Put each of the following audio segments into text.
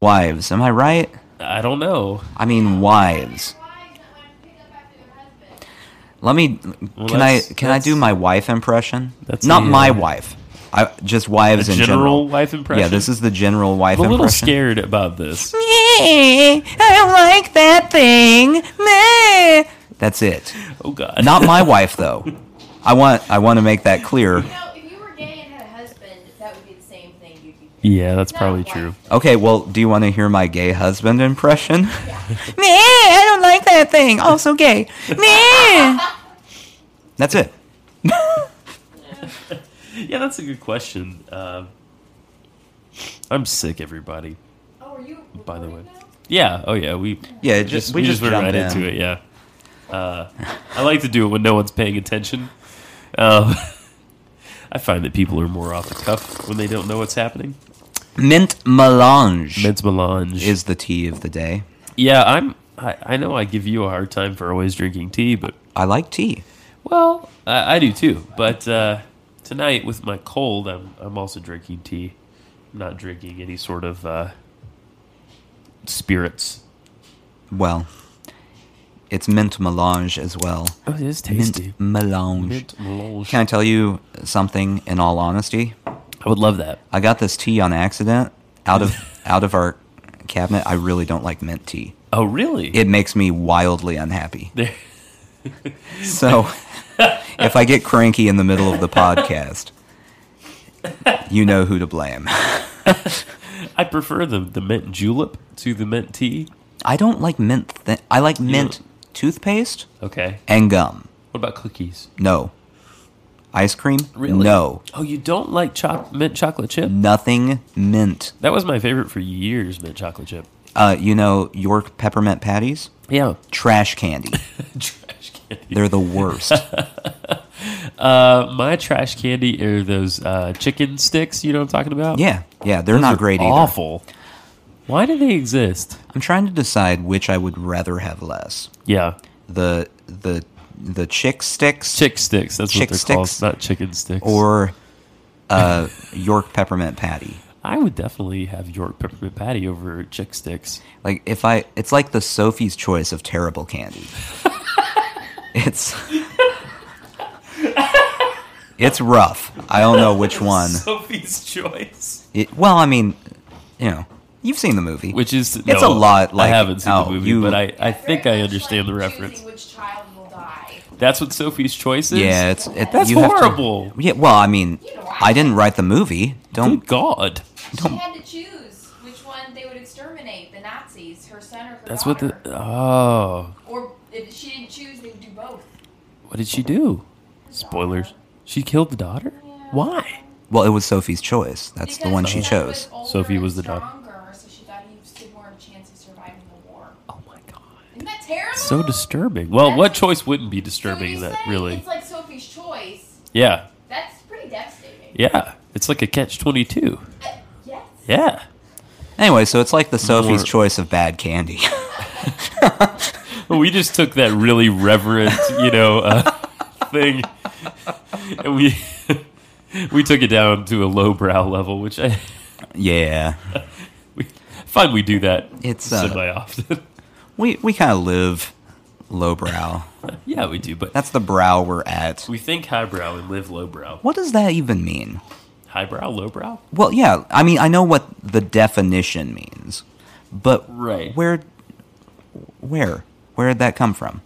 Wives, am I right? I don't know. I mean wives. Let me. Well, can I that's- can I do that's- my wife impression? That's not a, my uh, wife. I just wives A in general general. wife impression? Yeah, this is the general wife I'm a little impression. scared about this. I don't like that thing. That's it. Oh god. Not my wife though. I want I want to make that clear. You know, if you were gay and had a husband, that would be the same thing. You'd be Yeah, that's probably true. Okay, well, do you want to hear my gay husband impression? Meh, I don't like that thing. Also gay. Meh. That's it. Yeah, that's a good question. Um I'm sick, everybody. Oh, are you? By the way. recording now? Yeah. Oh yeah. We Yeah, it just, we just, went jumped right in. into it. Yeah. Uh, I like to do it when no one's paying attention. Um, I find that people are more off the cuff when they don't know what's happening. Mint melange Meds melange is the tea of the day. Yeah, I'm. I, I know I give you a hard time for always drinking tea, but I like tea. well, I, I do too. But uh, tonight with my cold, I'm I'm also drinking tea. I'm not drinking any sort of uh, spirits. Well, it's mint melange as well. Oh, it is tasty. Mint melange. Mint melange. Can I tell you something in all honesty? I would love that. I got this tea on accident out of out of our cabinet. I really don't like mint tea. Oh, really? It makes me wildly unhappy. There- So if I get cranky in the middle of the podcast, you know who to blame. I prefer the the mint julep to the mint tea. I don't like mint. Th- I like mint toothpaste Okay. and gum. What about cookies? No. Ice cream? Really? No. Oh, you don't like choc mint chocolate chip? Nothing mint. That was my favorite for years. Mint chocolate chip. Uh, you know York peppermint patties? Yeah. Trash candy. Trash candy. They're the worst. Uh, my trash candy are those uh, chicken sticks. You know what I'm talking about? yeah, yeah, they're Those not are great either. Awful. Why do they exist? I'm trying to decide which I would rather have less. Yeah, The the the chick sticks chick sticks. That's Chick what they're sticks? called, not chicken sticks. or uh, York peppermint patty. I would definitely have York peppermint patty over chick sticks. Like if I, it's like the Sophie's choice of terrible candy. it's it's rough. I don't know which one. Sophie's choice, It, well, I mean, you know, you've seen the movie. which is It's a lot like- I haven't seen oh, the movie, you- but I, I think I Very much understand the like reference. choosing Which child will die? That's what Sophie's choice is. yeah, it's it, that's you have to- horrible. yeah, well, I mean, You know what? I didn't write the movie. Don't Good God, She had to choose which one they would exterminate: the Nazis, her son, or her that's what daughter. the oh. Or if she didn't choose, they would do both. What did she do? Spoilers. She killed the daughter? Why? well, it was Sophie's choice. That's the Because one her she son chose. older Sophie and was the daughter. stronger, So she thought he stood more of a chance of surviving the war. Oh my god. Isn't that terrible? So disturbing. Well, what choice wouldn't be So when disturbing you that say really? It's like Sophie's choice. Yeah. That's pretty devastating. Uh, Yeah. It's like a catch 22. Yes. Yeah. Anyway, so it's like the Sophie's More- choice of bad candy. We just took that really reverent, you know, uh, thing and we we took it down to a lowbrow level, which I yeah, we find we do that It's, uh, semi often. we we kind of live lowbrow. yeah, we do, but That's the brow we're at. we think highbrow and live lowbrow. What does that even mean? Highbrow, lowbrow? Well, yeah, I mean, I know what the definition means, but Right. where, where, where did that come from?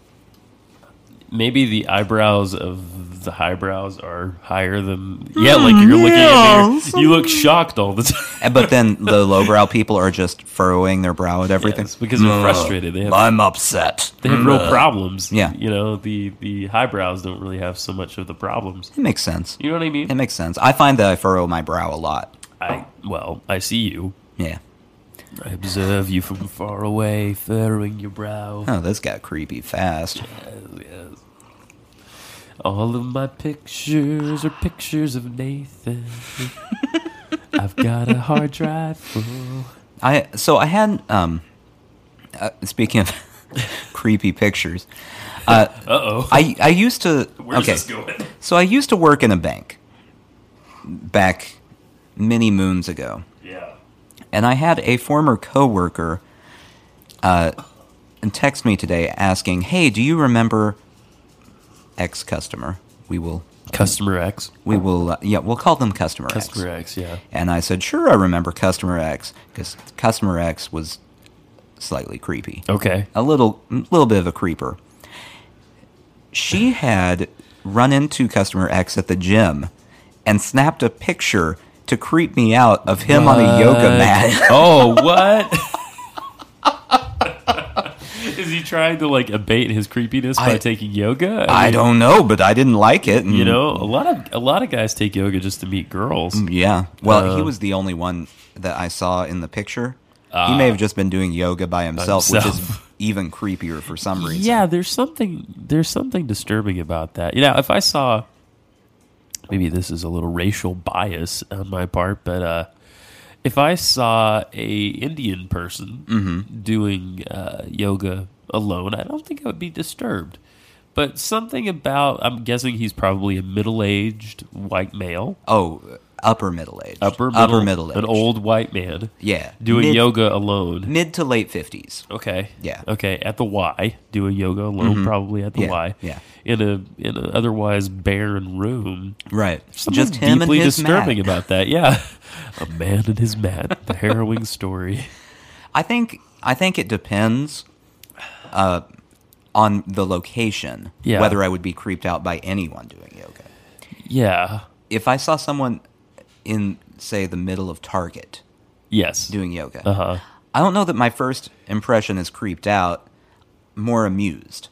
maybe the eyebrows of the highbrows are higher than yeah like you're looking at yes. me you look shocked all the time And- Eh, But then the lowbrow people are just furrowing their brow at everything. Yes, because they're frustrated they have I'm upset. they have real problems Yeah. you know the the highbrows don't really have so much of the problems It makes sense. you know what i mean It makes sense. I find that I furrow my brow a lot. i well i see you Yeah. i observe you from far away furrowing your brow Oh, this got creepy fast. Yes. All of my pictures are pictures of Nathan. I've got a hard drive full. I so I had um, uh, speaking of creepy pictures, uh, Uh oh. I I used to Where's okay. this going? So I used to work in a bank back many moons ago. Yeah. And I had a former coworker uh, text me today asking, "Hey, do you remember X customer? We will, Customer X. we will, uh, yeah, we'll call them customer, Customer X." X, yeah. And I said, "Sure, I remember customer X because customer X was slightly creepy." Okay. a little little bit of a creeper. She had run into customer X at the gym and snapped a picture to creep me out of him on a yoga What? mat. Oh, what? Is he trying to like abate his creepiness by I- taking yoga? I mean, don't know, but I didn't like it. and- You know, a lot of a lot of guys take yoga just to meet girls. Yeah. Well, he Uh, was the only one that I saw in the picture. he Ah. may have just been doing yoga by himself, which is himself. even creepier for some reason. Yeah, there's something there's something disturbing about that. You know, if I saw maybe this is a little racial bias on my part, but uh if I saw a Indian person Mm-hmm. doing uh, yoga alone, I don't think I would be disturbed. But something about I'm guessing he's probably a middle-aged white male, Oh, upper middle age. upper middle, upper middle age. an old white man Yeah. doing mid, yoga alone. Mid to late fifties. Okay. Yeah. Mm-hmm. Okay. At the Y, doing yoga alone, probably at the Yeah, Y. yeah. In a in an otherwise barren room. Right. Something Just him and deeply his disturbing mat. about that. Yeah. a man and his mat. The harrowing story. I think I think it depends uh, on the location Yeah. whether I would be creeped out by anyone doing yoga. Yeah. If I saw someone in say the middle of Target Yes. doing yoga, Uh huh. I don't know that my first impression is creeped out, more amused.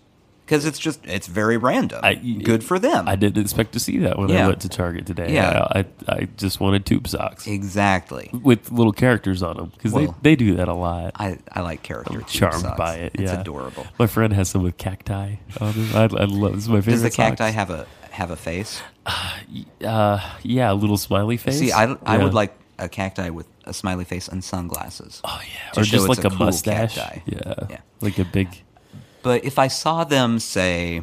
Cuz it's just it's very random. I- Good for them. I didn't expect to see that when Yeah. I went to Target today. Yeah. I, I I just wanted tube socks exactly. with little characters on them because Well, they, they do that a lot. I, I like character tube Charmed socks. by it. It's yeah. adorable. My friend has some with cacti on them. I, I love this. Is my favorite. Does the socks. cacti have a have a face? Uh, yeah, a little smiley face. See, I, I Yeah. would like a cacti with a smiley face and sunglasses. Oh yeah, to or show just it's like a a, cool mustache. cacti. Yeah. Yeah. like a big. But if I saw them, say,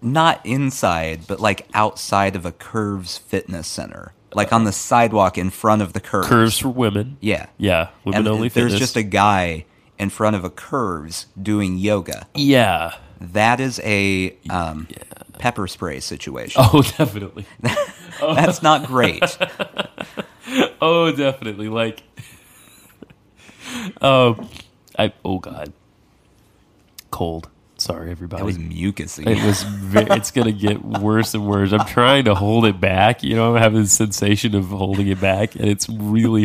not inside, but like outside of a Curves Fitness Center, like on the sidewalk in front of the Curves. Curves for women. Yeah. Yeah, women And only. there's fitness. just a guy in front of a Curves doing yoga. yeah. That is a um, pepper spray situation. Oh, definitely. That's not great. Oh, definitely. Like, um, I oh god, cold. Sorry, everybody. That was mucusy. It was. Very, it's gonna get worse and worse. I'm trying to hold it back. You know, I'm having the sensation of holding it back, and it's really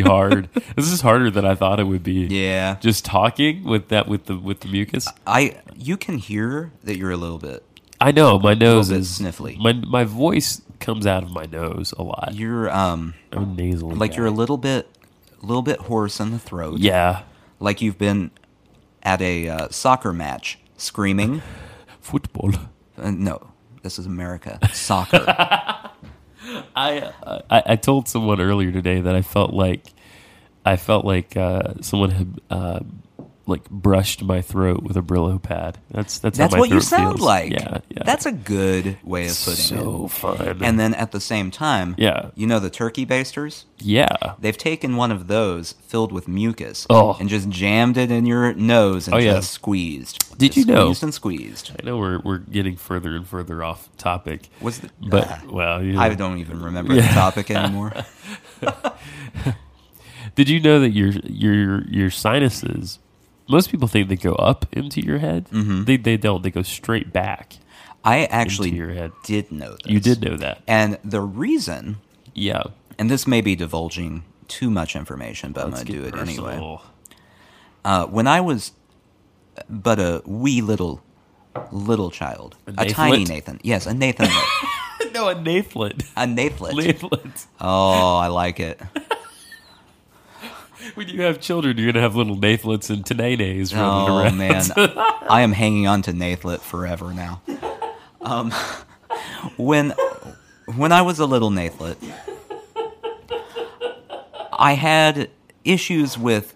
hard. this is harder than I thought it would be. yeah. Just talking with that with the with the mucus. I you can hear that you're a little bit I know my nose bit is sniffly. My my voice comes out of my nose a lot. you're um I'm a nasal. like guy. you're a little bit little bit hoarse in the throat. yeah Like you've been at a uh, soccer match screaming. football. uh, no, this is America. Soccer. I, uh, I I told someone earlier today that I felt like I felt like uh, someone had uh, like brushed my throat with a Brillo pad. That's that's That's how my what you throat sound feels. like. Yeah, yeah. That's a good way of putting so fun. it. And then at the same time, Yeah. you know the turkey basters? yeah, They've taken one of those filled with mucus Oh. and just jammed it in your nose and Oh, yeah. just squeezed. Did Just you know- Squeezed and squeezed. I know we're we're getting further and further off topic. Was the, But Ah. well, you know. I don't even remember the Yeah. topic anymore. Did you know that your your your sinuses? Most people think they go up into your head. Mm-hmm. They they don't. They go straight back. I actually Into your head. did know this. You did know that. And the reason, Yeah. and this may be divulging too much information, but Let's I'm get going to do it anyway. personal. Uh, when I was but a wee little, little child, a, Nathanlet? tiny Nathan. Yes, a Nathanlet. No, a napelet. a Nathanlet. Napelets. Oh, I like it. When you have children, you're gonna have little napelets and tenenes running Oh around. man, I am hanging on to Nathlet forever now. Um, when when I was a little Nathlet, I had issues with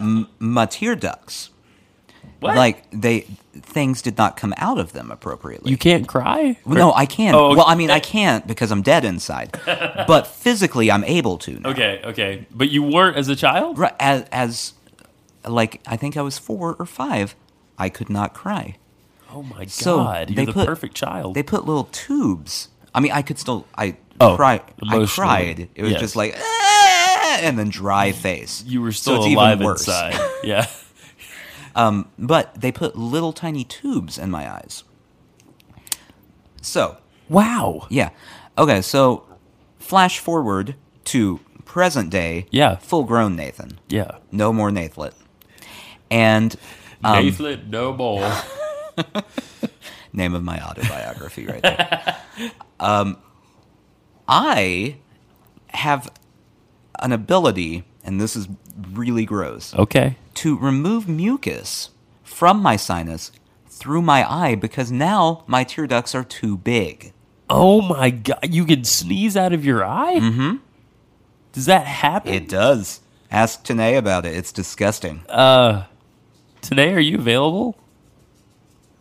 m- matier ducks. What? Like they things did not come out of them appropriately. You can't cry? no, I can't. Oh, okay. Well, I mean, I can't because I'm dead inside. but physically, I'm able to. now. Okay, okay. But you weren't as a child? Ri- As, as like I think I was four or five, I could not cry. Oh my So, god, they you're the put- perfect child. They put little tubes. I mean, I could still. I Oh, cried. I emotionally. cried. It was Yes. just like, "Ah," and then dry face. you were So still it's even alive worse. inside. Yeah. But they put little tiny tubes in my eyes. So Wow. yeah, okay. So flash forward to present day. Yeah. full grown Nathan. Yeah. No more Nathlet. And Um, Nathan, no more. name of my autobiography right there. um, I have an ability, and this is really gross, Okay. to remove mucus from my sinus through my eye because now my tear ducts are too big. Oh my god, you can sneeze out of your eye? Mm-hmm. Does that happen? It Uh, does. Ask Tanae about it. It's disgusting. Today, Uh, are you available?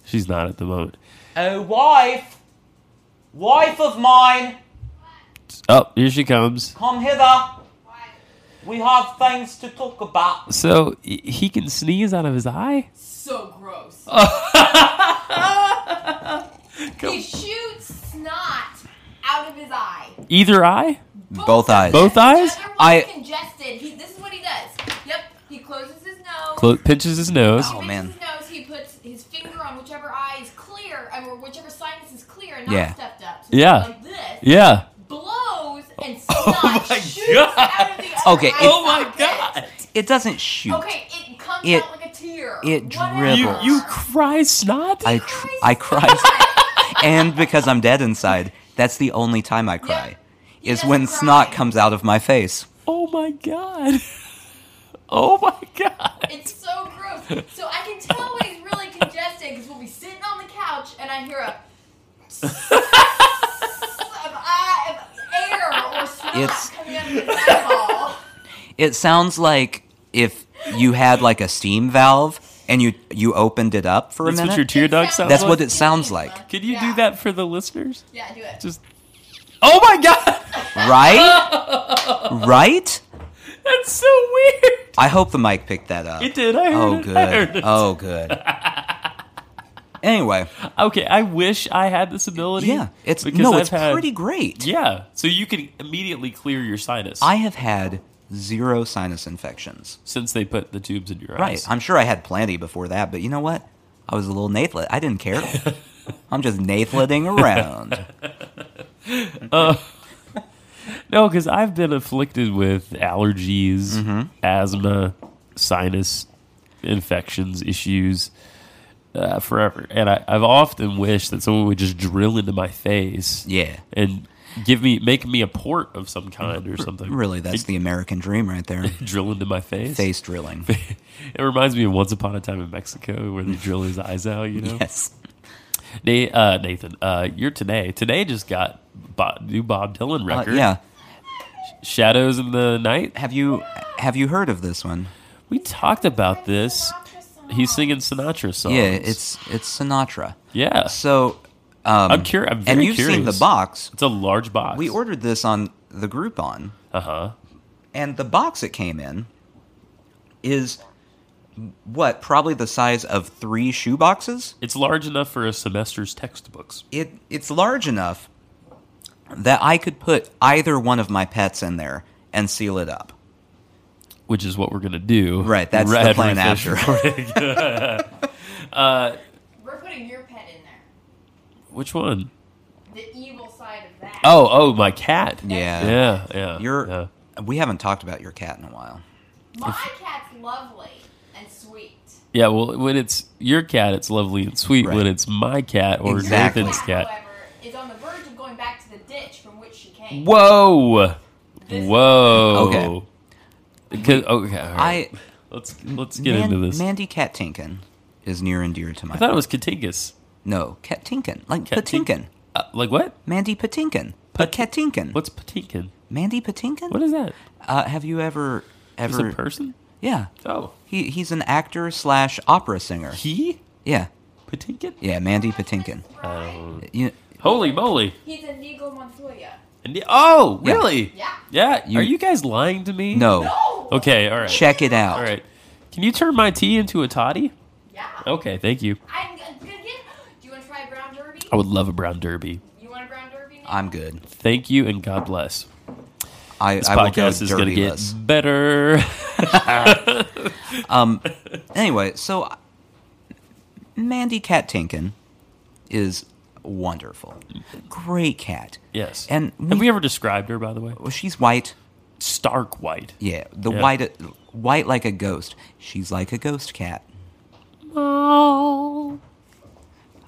She's not at the moment. Oh, wife! Wife of mine! Oh, here she comes. Come hither! Why? We have things to talk about. So y- he can sneeze out of his eye? So gross. Oh, he shoots snot out of his eye. Either eye? Both eyes. Both eyes? The other one's I- congested. He, this is what he does. Yep. He closes his nose. Clo- pinches his nose. Oh, He man. pinches His nose, he puts his finger on whichever eye is clear, or whichever sinus is clear and not Yeah. stuffed up. So Yeah. Like this. Yeah. Blows and Oh snot my shoots God. out of the other Okay, eye it- Oh my socket. god. It doesn't shoot. Okay, it comes It- out like a tear. it Whatever. You dribbles. you cry snot? I tr- I cry, and because I'm dead inside, that's the only time I cry, He is when doesn't snot cry. comes out of my face. Oh my god. Oh my god. It's so gross. So I can tell when he's really congested because we'll be sitting on the couch and I hear a of, uh, of air or snot It's- coming out of his eyeball. It sounds like if you had like a steam valve and you you opened it up for a That's what minute. your tear duct sounds That's like? what it sounds like. Can you Yeah. do that for the listeners? Yeah, do it. Just Oh my god. right, right. That's so weird. I hope the mic picked that up. It did. I heard Oh it. I heard good. it. Oh good. Anyway, Okay, I wish I had this ability. yeah, it's because no, I've it's had- pretty great. Yeah, so you can immediately clear your sinus I have had zero sinus infections. since they put the tubes in your Right. eyes. I'm sure I had plenty before that, but you know what? I was a little Nathlet. I didn't care. I'm just Nathleting around. No, because I've been afflicted with allergies, Mm-hmm. asthma, sinus infections, issues uh, forever. And I, I've often wished that someone would just drill into my face Yeah. and give me, make me a port of some kind or something. Really, that's the American dream right there. drill into my face. Face drilling. It reminds me of Once Upon a Time in Mexico where they drill his eyes out, you know? Yes. Na- uh, Nathan, uh, you're today. Today just got Bo- new Bob Dylan Uh, record. yeah. Shadows in the Night. Have you have you heard of this one? We talked about this. He's singing Sinatra songs. Yeah, it's it's Sinatra. yeah. So um, Uh, I'm curious. I'm very and you've curious. seen the box. It's a large box. We ordered this on the Groupon. Uh huh. And the box it came in is what, probably the size of three shoe boxes? It's large enough for a semester's textbooks. it it's large enough that I could put either one of my pets in there and seal it up. which is what we're gonna do. Right, that's the Red plan Redfish after. recording. We're putting your pet in there. which one? The evil side of that. Oh, oh, my cat. Yeah. yeah, yeah. Your Uh, yeah. we haven't talked about your cat in a while. My cat's lovely and sweet. Yeah, well, when it's your cat, it's lovely and sweet. Right. When it's my cat or Exactly. Nathan's cat, Cat, however, is on the verge of going back to the ditch from which she came. whoa, This- whoa. Okay. Okay. all right. I let's let's get Man- into this. Mandy Katinkin is near and dear to my I thought it was Katinkus. No, Katinkin. Like Cat- Patinkin. Uh, like what? Mandy Patinkin. Pat- Patinkin. What's Patinkin? Mandy Patinkin? What is that? uh, have you ever Is ever a person? Yeah. Oh, He he's an actor slash opera singer. he Yeah. Patinkin? Yeah, Mandy Patinkin. Oh. Right. You, Holy moly! He's a Negro Montoya. And the- oh, Yeah. really? Yeah. Yeah. You- Are you guys lying to me? no. No. Okay. All right. Check it out. All right. Can you turn my tea into a toddy? Yeah. Okay. Thank you. I'm gonna get. Do you want to try a brown derby? I would love a brown derby. You want a brown derby? Now? I'm good. Thank you and God bless. I, This I will go podcast is going to dirty get less. better. Um, Anyway, so Mandy Cat Tinkin is wonderful. Great cat. yes. And have we- we ever described her, by the way? Well, she's white. Stark white. Yeah, the Yeah. white white like a ghost. She's like a ghost cat. Oh.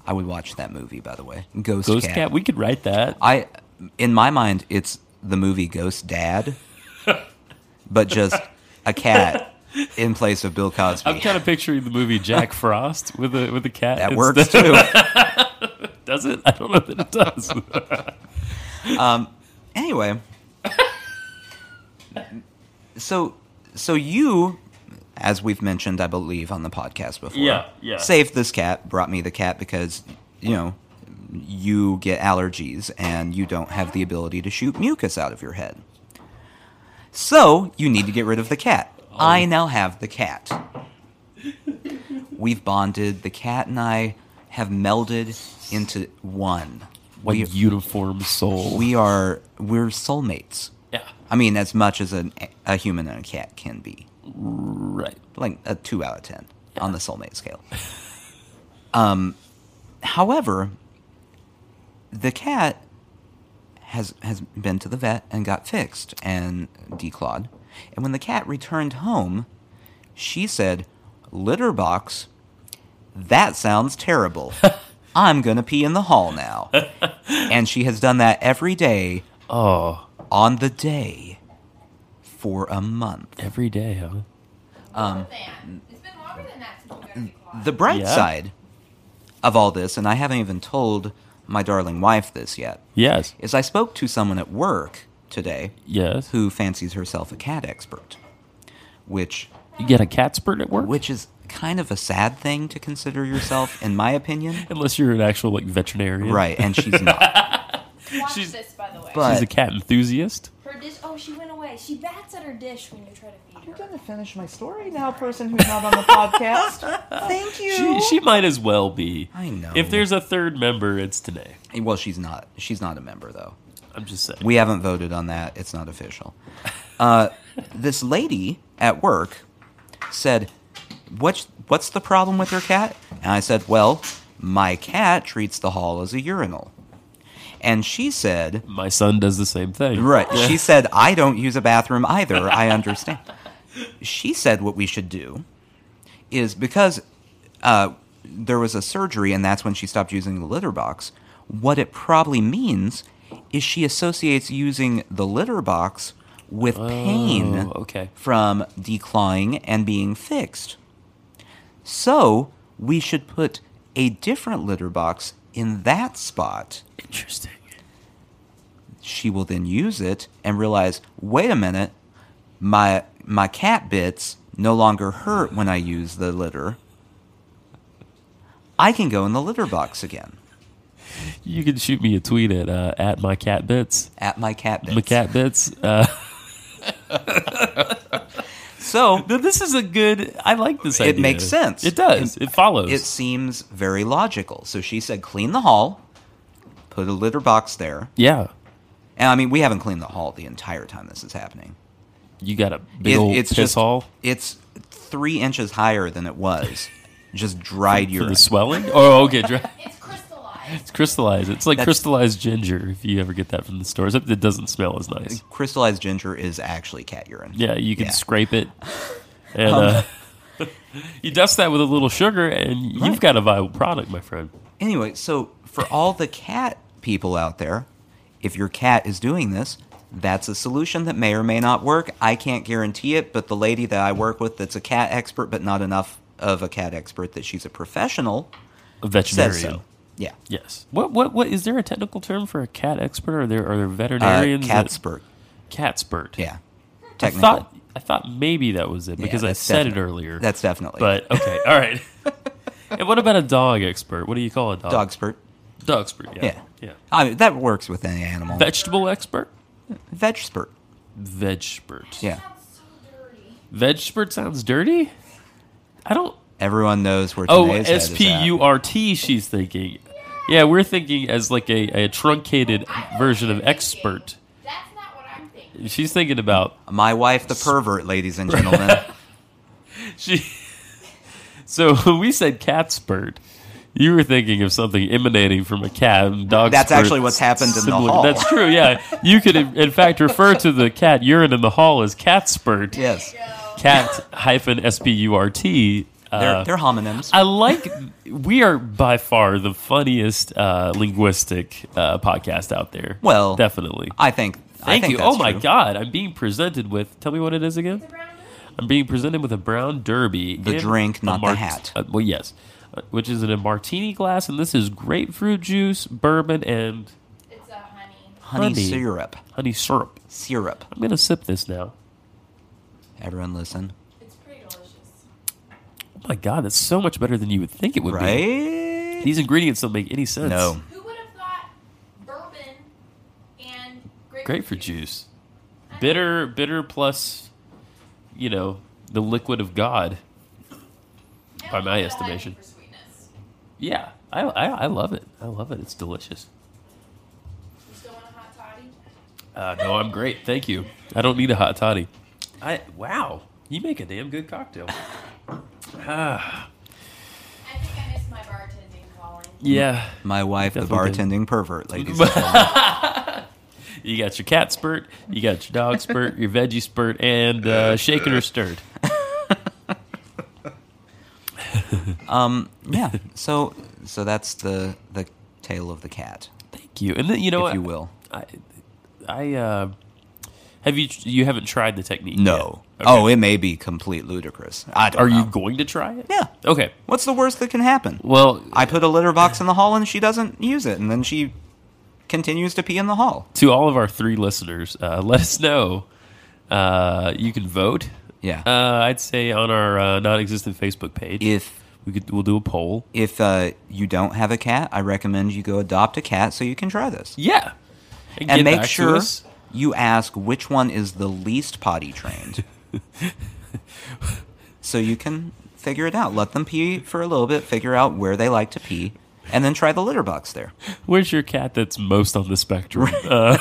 I would watch that movie by the way. Ghost, Ghost cat. cat. We could write that. I in my mind it's the movie Ghost Dad but just a cat in place of Bill Cosby. I'm kind of picturing the movie Jack Frost with a with a cat. that instead. works too. Does it? I don't know that it does. anyway, so so you, as we've mentioned, I believe on the podcast before, Yeah, yeah. saved this cat, brought me the cat because you know you get allergies and you don't have the ability to shoot mucus out of your head. So you need to get rid of the cat. I now have the cat. We've bonded. The cat and I have melded into one. One We- uniform soul. we are we're soulmates. yeah. I mean, as much as an, a human and a cat can be, Right. like a two out of ten on the soulmate scale. um, however, the cat has has been to the vet and got fixed and declawed, and when the cat returned home, she said, "Litter box, that sounds terrible." I'm gonna pee in the hall now, and she has done that every day Oh, on the day for a month. every day, huh? Um, it's been longer than that since mm, you got declawed. The bright Yeah. side of all this, and I haven't even told my darling wife this yet, Yes. is I spoke to someone at work today Yes. who fancies herself a cat expert, which You get a cat spurt at work? which is kind of a sad thing to consider yourself, in my opinion. Unless you're an actual like veterinarian. Right, and she's not. Watch She's- this, by the way. but- She's a cat enthusiast. her dish. Oh, she went away. She bats at her dish when you try to feed her. gonna finish my story now, person who's not on the podcast. Thank She, she might as well be. I know. If there's a third member, it's today. well, she's not. She's not a member though. I'm just saying. We haven't voted on that. It's not official. Uh, this lady at work said, what's, what's the problem with your cat? And I said, Well, my cat treats the hall as a urinal. And she said, My son does the same thing. Right. She said, I don't use a bathroom either. I understand. she said, What we should do is because uh, there was a surgery and that's when she stopped using the litter box, what it probably means is she associates using the litter box with pain Oh, okay. from declawing and being fixed. So we should put a different litter box in that spot Interesting. she will then use it and realize, wait a minute, my my cat bits no longer hurt when I use the litter. I can go in the litter box again You can shoot me a tweet at uh, at my cat bits. at my cat bits. My cat bits. Uh, So no, this is a good. I like this It idea. makes sense. It does. It, follows. it seems very logical. So she said, clean the hall, put a litter box there. yeah. And I mean, we haven't cleaned the hall the entire time this is happening. You got a big It- old it's piss just hall it's three inches higher than it was. Just dried for urine. the swelling. Oh, okay. dry- It's crystallized. It's crystallized. It's like That's- crystallized ginger. If you ever get that from the store, except it doesn't smell as nice. crystallized ginger is actually cat urine. Yeah, you can Yeah. Um, scrape it, and uh, you dust that with a little sugar, and you've Right. got a viable product, my friend. Anyway, so for all the cat people out there, if your cat is doing this, that's a solution that may or may not work. I can't guarantee it, but the lady that I work with that's a cat expert, but not enough of a cat expert that she's a professional, A says veterinarian. so. Yeah. Yes. What? What? What? Is there a technical term for a cat expert? Are there are there Uh, veterinarians? cat spurt. That, cat spurt. Yeah. I Technical. thought I thought maybe that was it Yeah, because I that's said it definite- earlier. That's definitely but okay, all right. and what about a dog expert? What do you call a dog? dog spurt. Dog expert. Yeah. Yeah. yeah. I mean, that works with any animal. Vegetable expert. Veg spurt. Veg expert. Yeah. Sounds so dirty. Veg expert sounds dirty. I don't. Everyone knows where Oh, today's S P U R T. She's thinking. Yeah, we're thinking as like a, a truncated I know what version you're of expert. thinking. That's not what I'm thinking. She's thinking about My wife, the pervert, ladies and gentlemen. she. So when we said cat spurt, you were thinking of something emanating from a cat. And dog That's spurt actually what's happened in the similar- hall. That's true. Yeah, you could in in fact refer to the cat urine in the hall as cat spurt. yes. There you go. Cat hyphen S P U R T. uh, They're, they're homonyms. I like. We are by far the funniest uh, linguistic uh, podcast out there. Well, definitely. I think. I Thank think you. that's Oh my true. God! I'm being presented with. Tell me what it is again. The brown bird. I'm being presented with a brown derby. The and drink, a not the hat. uh, well, yes, uh, which is in a martini glass, and this is grapefruit juice, bourbon, and It's a honey. Honey, honey. syrup. honey syrup. Syrup. I'm gonna sip this now. Everyone listen. It's pretty delicious. Oh my God! That's so much better than you would think it would be. Right? These ingredients don't make any sense. No. Who would have thought bourbon and grapefruit, grapefruit juice. bitter bitter plus you know the liquid of god I by my don't put a honey estimation. for sweetness. yeah I, I i love it i love it it's delicious You still want a hot toddy? uh, no i'm great thank you i don't need a hot toddy i wow you make a damn good cocktail ah, I think I missed my bartending calling. yeah My wife, the Definitely did. bartending pervert, ladies. and gentlemen. you got your cat spurt you got your dog spurt your veggie spurt and uh, shaken or stirred um, yeah. So, so that's the the tale of the cat, thank you and then you know if what you will. i i uh have you you haven't tried the technique No. yet? Oh, it may be complete ludicrous. I don't Are you know. going to try it? Yeah. Okay. What's the worst that can happen? Well, I put a litter box in the hall and she doesn't use it, and then she continues to pee in the hall. to all of our three listeners, uh, let us know. Uh, you can vote. Yeah. Uh, I'd say on our uh, non-existent Facebook page, if we could we'll do a poll. if uh, you don't have a cat, I recommend you go adopt a cat so you can try this. Yeah. and get make back to sure us. you ask which one is the least potty trained so you can figure it out let them pee for a little bit figure out where they like to pee and then try the litter box there where's your cat that's most on the spectrum. uh,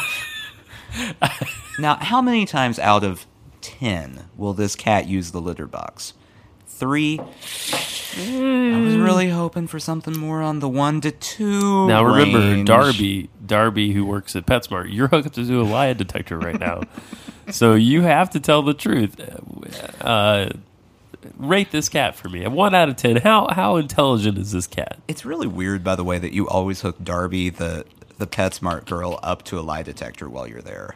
now how many times out of 10 will this cat use the litter box three i was Hmm. really hoping for something more on the one to two now remember, range. Darby, Darby, who works at PetSmart, you're hooked up to a lie detector right now, so you have to tell the truth. Uh, rate this cat for me. A One out of ten. How how intelligent is this cat? It's really weird, by the way, that you always hook Darby, the the PetSmart girl, up to a lie detector while you're there.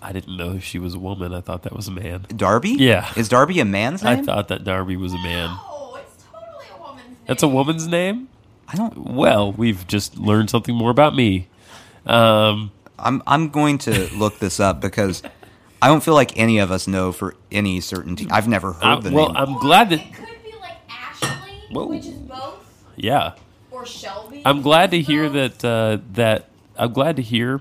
I didn't know she was a woman. I thought that was a man. Darby? Yeah. Is Darby a man's name? I thought that Darby was a man. No, it's totally a woman's name. That's a woman's name. I don't. Well, we've just learned something more about me. Um, I'm I'm going to look this up because I don't feel like any of us know for any certainty. I've never heard I- the Uh, well, name. I'm Or glad that It could be like Ashley, Whoa. which is both, yeah. or Shelby. I'm glad to which is hear both. that uh, that I'm glad to hear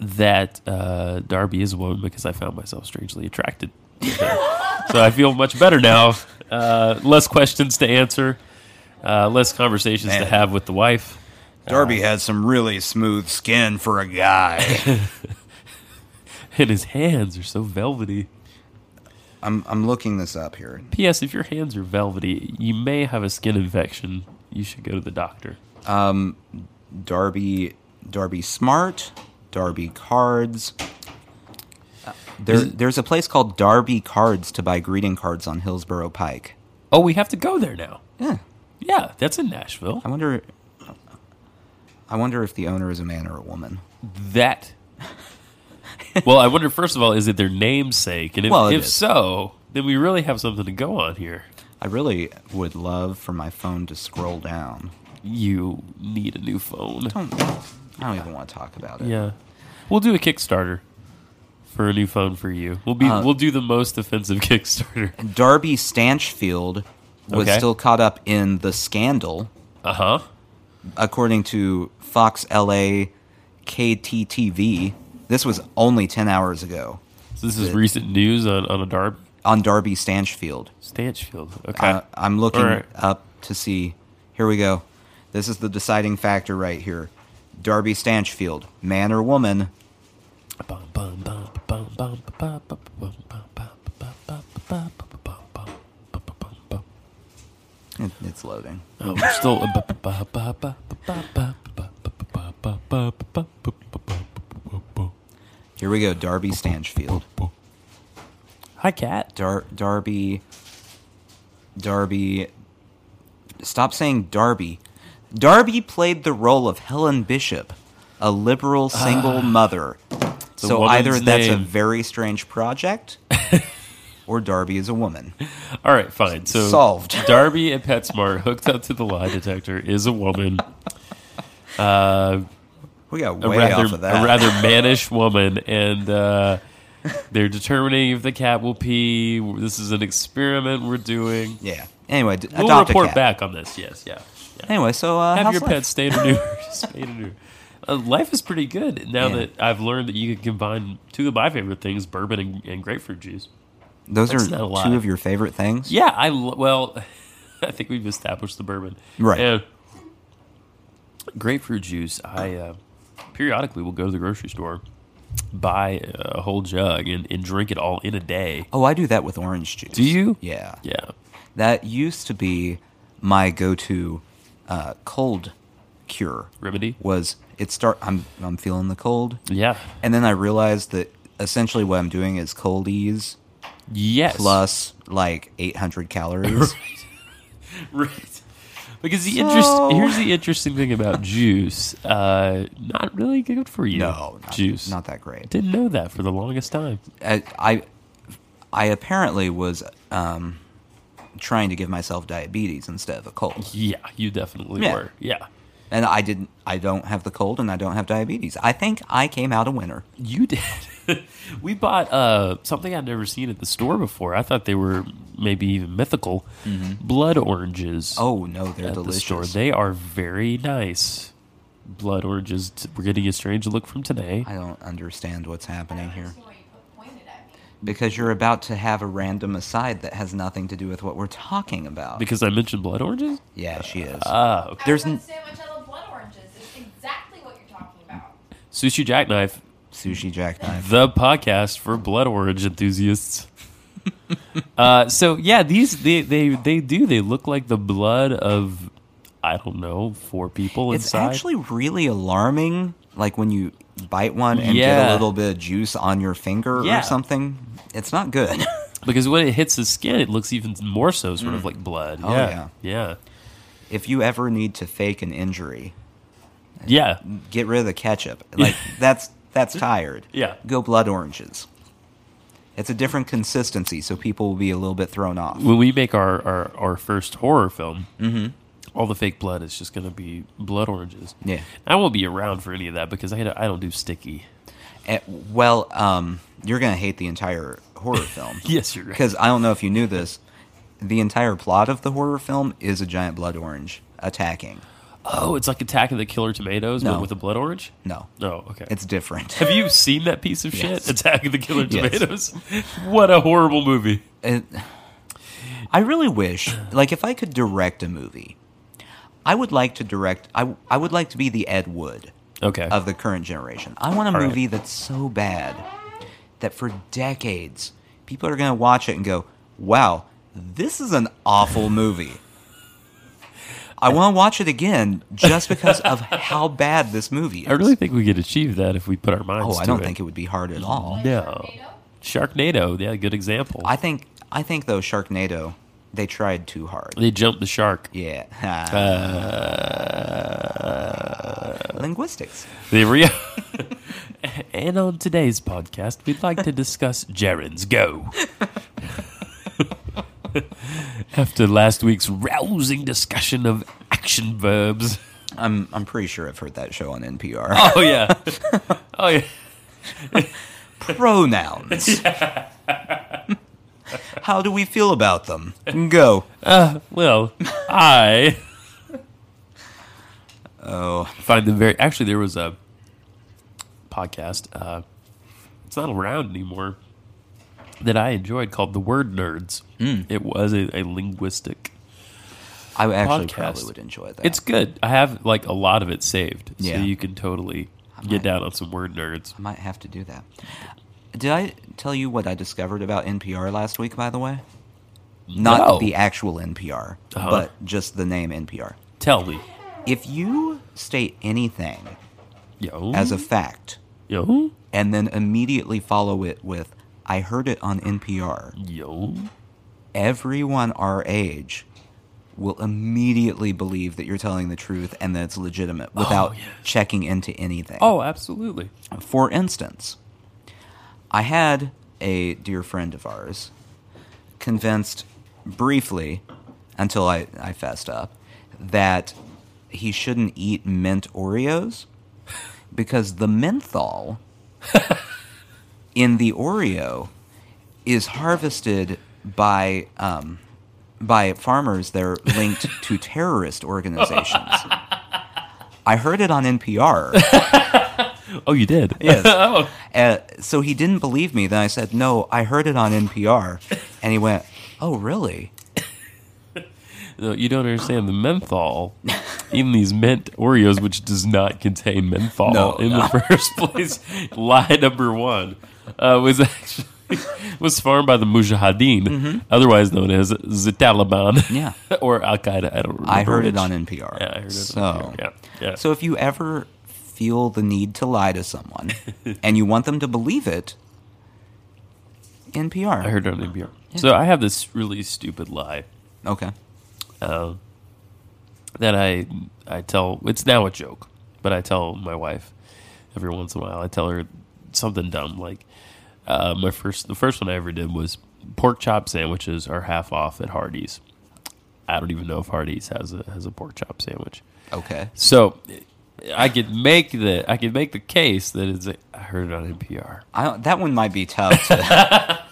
that uh, Darby is a woman because I found myself strangely attracted. to her. so I feel much better now. Uh, less questions to answer, uh, less conversations to Man. have with the wife. Darby has some really smooth skin for a guy. And his hands are so velvety. I'm I'm looking this up here. P.S. If your hands are velvety, you may have a skin infection. You should go to the doctor. Darby Darby Smart, Darby Cards. Uh, There, there's a place called Darby Cards to buy greeting cards on Hillsborough Pike. Oh, we have to go there now. Yeah, Yeah, that's in Nashville. I wonder. I wonder if the owner is a man or a woman. That. well, I wonder. First of all, is it their namesake? And if, Well, it if is. so, then we really have something to go on here. I really would love for my phone to scroll down. Hmm, You need a new phone. I don't even want to talk about it. Yeah, we'll do a Kickstarter for a new phone for you. We'll be Uh, we'll do the most offensive Kickstarter. Darby Stanchfield was Okay. still caught up in the scandal, Uh huh. according to Fox LA KTTV. This was only 10 hours ago So this is recent news on on a Darby on Darby Stanchfield. Stanchfield. Okay. Uh, I'm looking All right. up to see. Here we go. This is the deciding factor right here. Darby Stanchfield, man or woman, Bum, bum, bum, bum, bum, bum, bum, bum, bum, bum, bum, bum, bum, bum, bum, bum, bum, bum. It- it's loading. Oh, we're still. Hi, Here we go. Darby Stanchfield. cat. Dar- Darby. Darby. Stop saying Darby. Darby played the role of Helen Bishop, a liberal single mother. So Ah. woman's either that's a name. very strange project, or Darby is a woman. All right, fine. So Solved. Darby at PetSmart hooked up to the lie detector is a woman. Uh, We got a way rather off of that. a rather mannish woman, and uh, they're determining if the cat will pee. This is an experiment we're doing. yeah. Anyway, d- We'll adopt report a cat. back on this. Yes, yeah. yeah. Anyway, so uh, Have how's your life? pet stayed or new. spayed or neutered. Uh, life is pretty good now Yeah. that I've learned that you can combine two of my favorite things: bourbon and, and grapefruit juice. Those That's are not a lie. two of your favorite things. Yeah, I lo- well, I think we've established the bourbon. Right. And grapefruit juice. I uh, periodically will go to the grocery store, buy a whole jug, and, and drink it all in a day. Oh, I do that with orange juice. Do you? Yeah. Yeah. That used to be my go-to uh, cold cure. Remedy. Was it start? I'm I'm feeling the cold, Yeah. and then I realized that essentially what I'm doing is cold ease Yes. plus like 800 calories. right. Because the So- interest here's the interesting thing about juice. Uh, not really good for you. no, not, juice. not that great. Didn't know that for the longest time. I I, I apparently was um, trying to give myself diabetes instead of a cold. Yeah, you definitely Yeah. were. Yeah. And I didn't. I don't have the cold, and I don't have diabetes. I think I came out a winner. You did. we bought uh, something I'd never seen at the store before. I thought they were maybe even mythical. Blood oranges. Mm-hmm. Oh no, they're at delicious. the store. They are very nice. Blood oranges. T- We're getting a strange look from today. I don't understand what's happening I here understand why you put- pointed at me. because you're about to have a random aside that has nothing to do with what we're talking about. Because I mentioned blood oranges? yeah, she is. Ah, okay. I There's was on n- a sandwich. I love blood oranges. It's exactly what you're talking about. Sushi Jackknife, Sushi jackknife. the podcast for blood orange enthusiasts. uh, so yeah, these they, they they do. They look like the blood of I don't know four people It's inside. actually really alarming. Like when you bite one and get Yeah. a little bit of juice on your finger Yeah. or something. It's not good. Because when it hits the skin, it looks even more so, sort of like blood. Oh, yeah. yeah, if you ever need to fake an injury, yeah, yeah, get rid of the ketchup. Like that's that's tired. Go blood oranges. It's a different consistency, so people will be a little bit thrown off. When we make our our, our first horror film, all the fake blood is just going to be blood oranges. Mm-hmm. Yeah. I won't be around for any of that because I don't- I don't do sticky. Eh, well, um, you're gonna hate the entire horror film Yes, you're right. because I don't know if you knew this. The entire plot of the horror film is a giant blood orange attacking. Oh, it's like Attack of the Killer Tomatoes, No. but with a blood orange. No, No, okay. it's different. Have you seen that piece of Yes. shit, Attack of the Killer Yes. Tomatoes? What a horrible movie! It- I really wish, like, if I could direct a movie, I would like to direct. I I would like to be the Ed Wood Okay, of the current generation. I want a All right. movie that's so bad that for decades people are going to watch it and go, "Wow, this is an awful movie." I want to watch it again just because of how bad this movie is. I really think we could achieve that if we put our minds. oh, I to don't it. think it would be hard at all. Like No. Sharknado? Sharknado, yeah, good example. I think I think though Sharknado, they tried too hard. they jumped the shark. Yeah. Uh. Linguistics. They re- and on today's podcast, we'd like to discuss gerunds. Go. After last week's rousing discussion of action verbs. I'm Oh, I'm pretty sure I've heard that show on NPR. Oh yeah. Oh yeah. pronouns. How do we feel about them? Go. Uh, well, I Oh, find them very. Actually, there was a podcast. Uh, it's not around anymore. That I enjoyed called the Word Nerds. It was a, a linguistic. I actually Podcast. probably would enjoy that. It's good. I have like a lot of it saved, Yeah. so you can totally might- get down on some Word Nerds. I might have to do that. Did I tell you what I discovered about NPR last week? By the way, not No. the actual NPR, Uh-huh. but just the name NPR. Tell me, If you state anything yo, as a fact yo, and then immediately follow it with "I heard it on NPR," yo. everyone our age will immediately believe that you're telling the truth and that it's legitimate without yes. checking into anything. Oh, absolutely. For instance, I had a dear friend of ours convinced briefly until I, I fessed up that he shouldn't eat mint Oreos because the menthol in the Oreo is harvested by um, by farmers that are linked to terrorist organizations. I heard it on NPR. Oh, you did. Yes. oh, Uh, so he didn't believe me. Then I said, "No, I heard it on NPR," and he went, "Oh, really? No, you don't understand the menthol in these mint Oreos, which does not contain menthol No, in no. the first place. Lie number one uh, was actually was farmed by the Mujahideen, otherwise known as the Taliban, Mm-hmm. Yeah. or Al Qaeda. I don't. Remember I heard it which. on NPR." Yeah, I heard it. so, on NPR. yeah, yeah. so if you ever feel the need to lie to someone and you want them to believe it, NPR. I heard it on NPR. So I have this really stupid lie Okay. um, that I I tell. It's now a joke, but I tell my wife every once in a while. I tell her something dumb like uh, my first the first one I ever did was pork chop sandwiches are half off at Hardee's. I don't even know if Hardee's has a has a pork chop sandwich. Okay. So I could make the I could make the case that it's a, I heard it on NPR I don't, that one might be tough.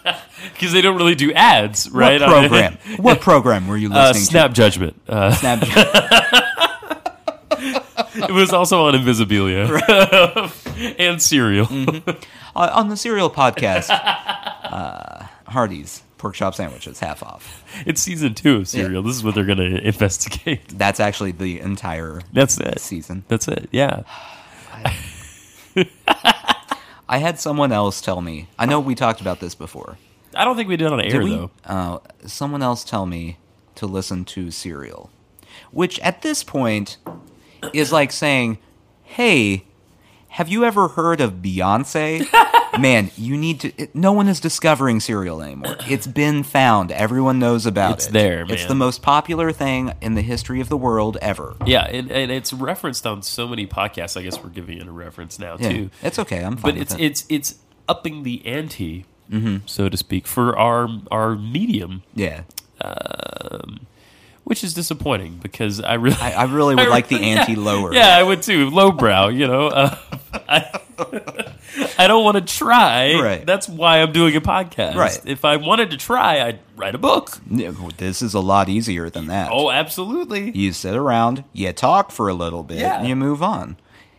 To, because they don't really do ads, right? What program? what program were you Uh, listening snap judgment. Uh, to? Snap. it was also on Invisibilia and cereal. uh, on the Serial podcast, uh, Hardee's pork chop sandwiches half off. It's season two of cereal. This is what they're going to investigate. That's actually the entire That's it. season. That's it. Yeah. I had someone else tell me. I know we talked about this before. I don't think we did it on air Did we? though. Uh, someone else tell me to listen to Serial, which at this point is like saying, "Hey, have you ever heard of Beyonce? Man, you need to. It, no one is discovering Serial anymore. It's been found. Everyone knows about It's it. there, It's man. the most popular thing in the history of the world ever. Yeah, and, and it's referenced on so many podcasts. I guess we're giving it a reference now Yeah, too. it's okay. I'm fine. But with Mm-hmm. it's it. it's it's upping the ante, so to speak, for our our medium, yeah. which is disappointing because I really I, I really would like the Yeah. ante lower. Yeah, I would too. Lowbrow, you know. Uh, I, I don't want to try. Right. That's why I'm doing a podcast. Right. If I wanted to try, I'd write a book. Yeah, well, This is a lot easier than that. Oh, absolutely. You sit around, you talk for a little bit, Yeah. and you move on.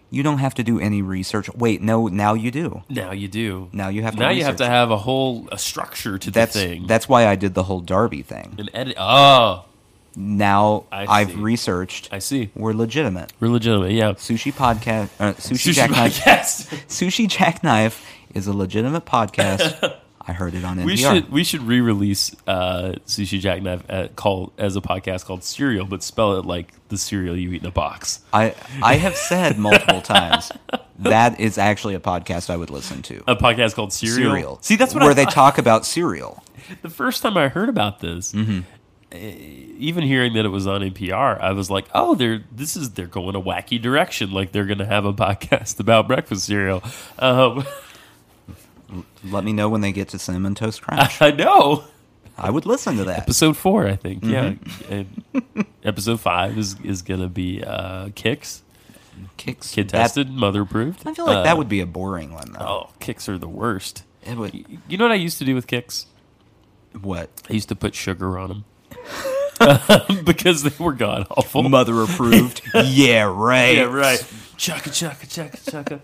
You don't have to do any research. Wait, no, now you do. Now you do. Now you have to Now you have research to it. have a whole a structure to That's the thing. that's why I did the whole Darby thing. an edit. Oh, Now I I've see. researched. I see. We're legitimate. We're legitimate. Yeah. Sushi podcast. Uh, sushi, Sushi jackknife. podcast. Sushi jackknife is a legitimate podcast. I heard it on NPR. We should we should re-release uh, Sushi Jackknife at, call as a podcast called Cereal, but spell it like the cereal you eat in a box. I I have said multiple times that is actually a podcast I would listen to. A podcast called Cereal. Cereal. See, that's what where I they thought. talk about cereal. the first time I heard about this, Mm-hmm. eh, even hearing that it was on NPR, I was like, "Oh, they're this is they're going a wacky direction. Like they're going to have a podcast about breakfast cereal." Um, Let me know when they get to cinnamon toast crunch. I know. I would listen to that. Episode four, Mm-hmm. I think. Yeah, And episode five is is going to be uh, kicks. Kicks. Kid that- tested, mother approved. I feel like that Uh, would be a boring one though. Oh, kicks are the worst. It would. Y- You know what I used to do with kicks? What? I used to put sugar on them because they were god awful. Mother approved. yeah, right. Yeah, right. Chaka chaka chaka chaka.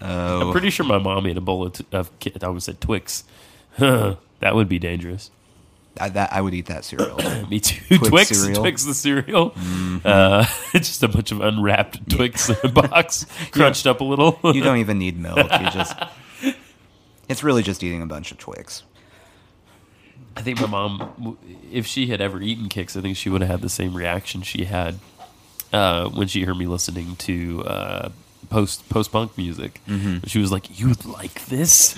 I'm Oh, pretty sure my mom ate a bowl of, t- of ki- I was at Twix. that would be dangerous. I, that, I would eat that cereal. Me too. Twix Twix, cereal. Mm-hmm. Twix the cereal. Uh, it's just a bunch of unwrapped Twix in a box, crunched up a little. you don't even need milk. You just. It's really just eating a bunch of Twix. I think my mom, w- if she had ever eaten kicks, I think she would have had the same reaction she had uh, when she heard me listening to uh, post post punk music. Mm-hmm. She was like, "You would like this?"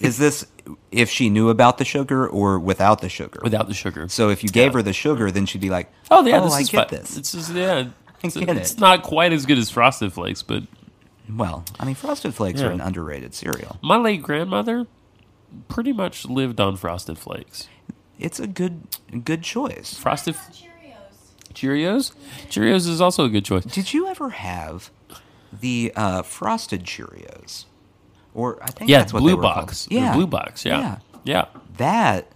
Is this if she knew about the sugar or without the sugar? without the sugar. So if you gave Yeah. her the sugar, then she'd be like, oh yeah, this I is get fi- this." It's just yeah, it's, get it's it. not quite as good as Frosted Flakes, but Well, I mean, Frosted Flakes are Yeah. an underrated cereal. my late grandmother pretty much lived on Frosted Flakes. It's a good good choice. Frosted What about Cheerios. Cheerios, Cheerios is also a good choice. Did you ever have the uh, frosted Cheerios? Or I think Yeah, that's what they Blue were Box. Called. Yeah, Blue Box. Yeah, yeah. That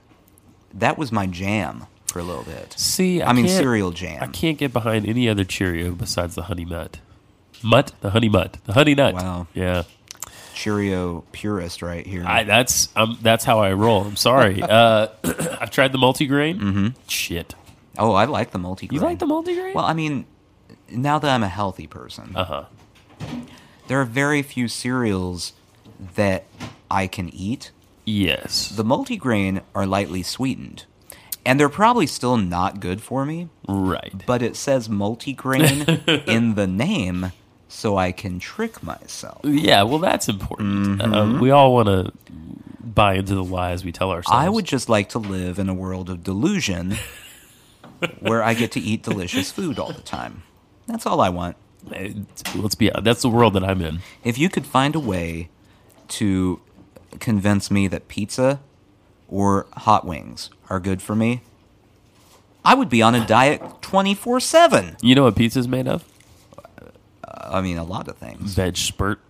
that was my jam for a little bit. See, I, I mean, can't- cereal jam. I can't get behind any other Cheerio besides the honey nut. Mutt, the honey mutt, the honey nut. Wow. Yeah, Cheerio purist right here. I, that's um, that's how I roll. I'm sorry. Uh, I've tried the multigrain. Mm-hmm. Shit, oh, I like the multi. you like the multigrain? Well, I mean, now that I'm a healthy person, uh huh. there are very few cereals that I can eat. Yes. The multigrain are lightly sweetened, and they're probably still not good for me. right. But it says multigrain in the name, so I can trick myself. yeah. Well, that's important. Um, we all want to buy into the lies we tell ourselves. I would just like to live in a world of delusion where I get to eat delicious food all the time. That's all I want. It's- Uh, Let's be. That's the world that I'm in. If you could find a way to convince me that pizza or hot wings are good for me, I would be on a diet 24 7. You know what pizza's made of? I mean, a lot of things. Veg spurt.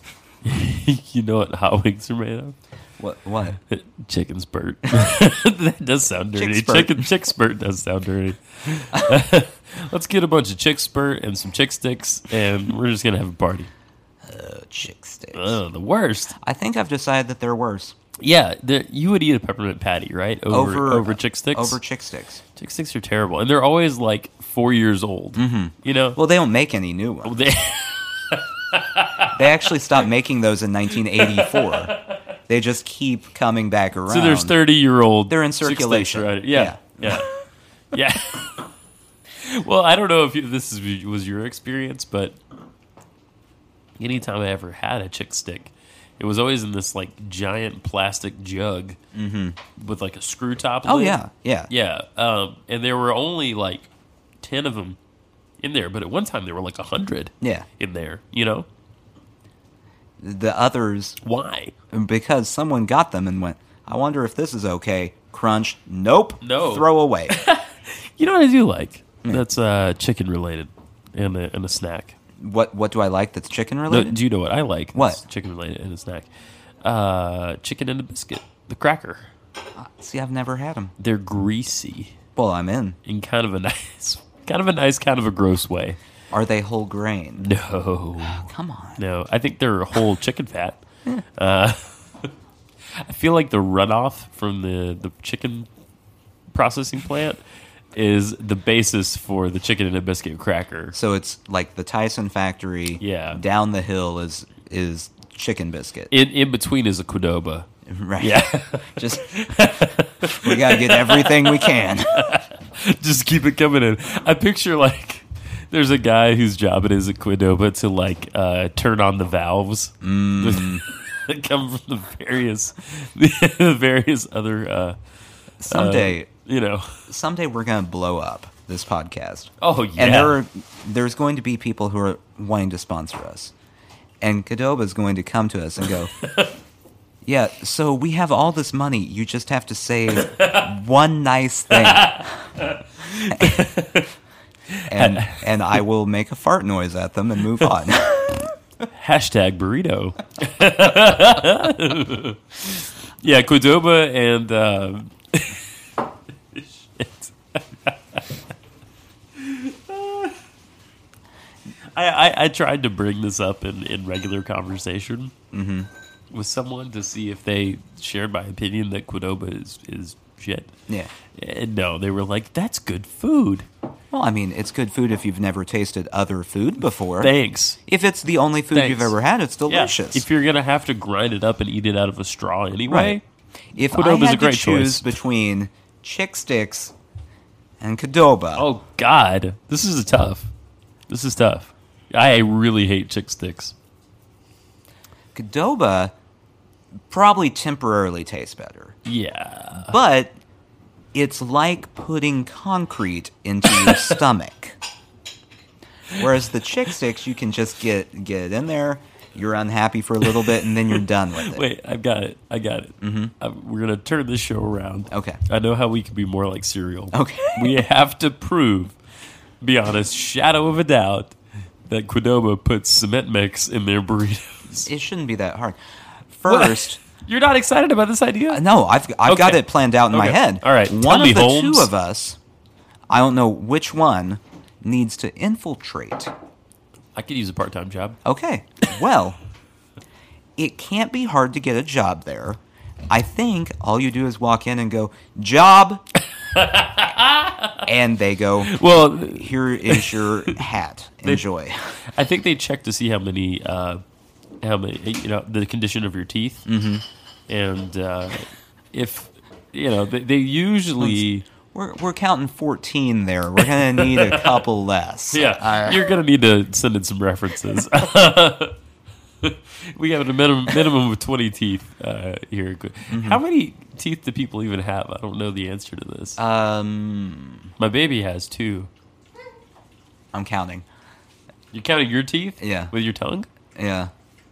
you know what hot wings are made of? What? What? Chicken spurt. that does sound Chick dirty. spurt. Chicken chick spurt does sound dirty. Uh, Let's get a bunch of chick spurt and some chick sticks, and we're just gonna have a party. Uh, chick sticks. Ugh, the worst. I think I've decided that they're worse. Yeah, the, you would eat a peppermint patty, right? Over over, chick sticks. Over chick sticks. chick sticks are terrible, and they're always like four years old. You know. Well, they don't make any new ones. Mm-hmm. they, Oh, They actually stopped making those in 1984. They just keep coming back around. so there's thirty year old. They're in Chick Sticks, circulation. right? Yeah, yeah, yeah. well, I don't know if you, this is, was your experience, but anytime I ever had a chick stick, it was always in this like giant plastic jug with like a screw top. Mm-hmm. Oh lid. yeah, yeah. yeah. Um, and there were only like ten of them in there, but at one time there were like a hundred Yeah. in there. You know The others why? because someone got them and went, "I wonder if this is okay." Crunch. Nope. No. Throw away. You know what I do like? That's uh, chicken related and a, and a snack. what what do I like that's chicken No, related? do you know what I like? What? That's chicken related and a snack? Uh, chicken and a biscuit. The cracker. Uh, See, I've never had them. They're greasy Well, I'm in. in kind of a nice, kind of a nice, kind of a gross way. Are they whole grain? No, Come on. no. I think they're whole chicken fat. Uh, I feel like the runoff from the the chicken processing plant is the basis for the chicken and a biscuit cracker. So it's like the Tyson factory. Yeah. Down the hill is is chicken biscuit. In in between is a Qdoba. right. Yeah. Just we gotta get everything we can. just keep it coming in. I picture like there's a guy whose job it is at Quidova to like uh, turn on the valves Mm. that come from the various the various other uh, Someday, you know. someday we're gonna blow up this podcast. Oh yeah, And there are there's going to be people who are wanting to sponsor us. And Kadoba is going to come to us and go, Yeah, so we have all this money. You just have to say one nice thing. and and I will make a fart noise at them and move on. Hashtag burrito. yeah, Cordoba and um, shit. I, I I tried to bring this up in in regular conversation Mm-hmm. with someone to see if they shared my opinion that Cordoba is is shit. yeah. And no, they were like, "That's good food. Well, I mean, it's good food if you've never tasted other food before. Thanks." if it's the only food you've Thanks. ever had, it's Yeah, delicious. If you're gonna have to grind it up and eat it out of a straw Right. anyway, If I Cordoba's had a great to choose choice. between chick sticks and Cadoba, Oh God, this is tough. This is tough. I really hate chick sticks. Cadoba probably temporarily tastes better, Yeah, but it's like putting concrete into your stomach. Whereas the chick sticks, you can just get get it in there. You're unhappy for a little bit, and then you're done with it. wait, I've got it. I got it. Mm-hmm. We're gonna turn this show around. Okay. I know how we can be more like cereal. Okay. we have to prove, beyond a shadow of a doubt, that Quinoa puts cement mix in their burritos. It shouldn't be that hard. First, Uh, You're not excited about this idea? No, I've I've got Okay. it planned out in my Okay. head. All right. one Tell of me, the Holmes. two of us, I don't know which one, needs to infiltrate. I could use a part-time job. Okay, well, it can't be hard to get a job there. I think all you do is walk in and go job, and they go Well, here is your hat. Enjoy. I think they check to see how many, uh, how many, you know, the condition of your teeth, mm-hmm. and uh, if you know, they, they usually, We're, we're counting 14 there. We're going to need a couple less. yeah, Uh, you're gonna need to send in some references. we have a minimum minimum of twenty teeth uh, here. Mm-hmm. How many teeth do people even have? I don't know the answer to this. Uh, um, My baby has two. I'm counting. You counting your teeth? Yeah. with your tongue. Yeah.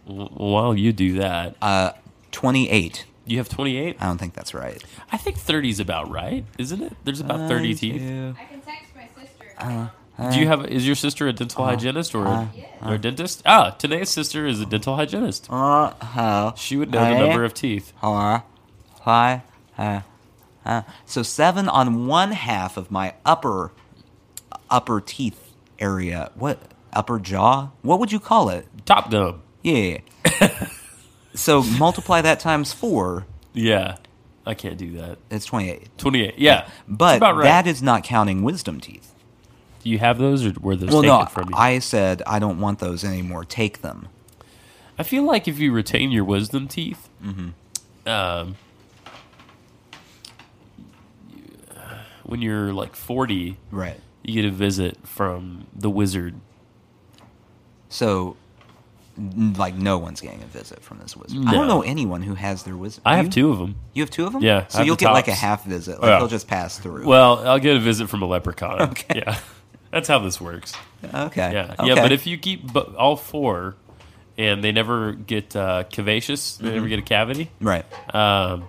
W- While you do that, Uh, 28. you have twenty-eight. I don't think that's right. I think thirty is about right, isn't it? There's about thirty teeth. I can text my sister. Uh, Do you have? Is your sister a dental Uh-huh. hygienist or, a Yeah. or a dentist? Ah, Tanae's sister is a dental hygienist. Uh, huh. She would know Hey. the number of teeth. Huh. Hi. Huh. Huh. So seven on one half of my upper upper teeth area. What upper jaw? What would you call it? Top dome. Yeah. so multiply that times four. Yeah, I can't do that. It's twenty-eight. Twenty-eight. Yeah, But It's about right. that is not counting wisdom teeth. do you have those or were those Well, taken no, from you? I said I don't want those anymore. Take them. I feel like if you retain your wisdom teeth, Mm-hmm. um, you- when you're like forty, Right. you get a visit from the wizard. So, n- like, no one's getting a visit from this wizard. I No. don't know anyone who has their wizard. I You- have two of them. You have two of them? Yeah, I So have you'll the get like a tops. half visit. Like, Yeah. he'll just pass through. Well, I'll get a visit from a leprechaun. Okay. Yeah, that's how this works. okay. Yeah, Okay. yeah. But if you keep bu- all four, and they never get uh, cavacious, they Mm-hmm. never get a cavity. Right. Um,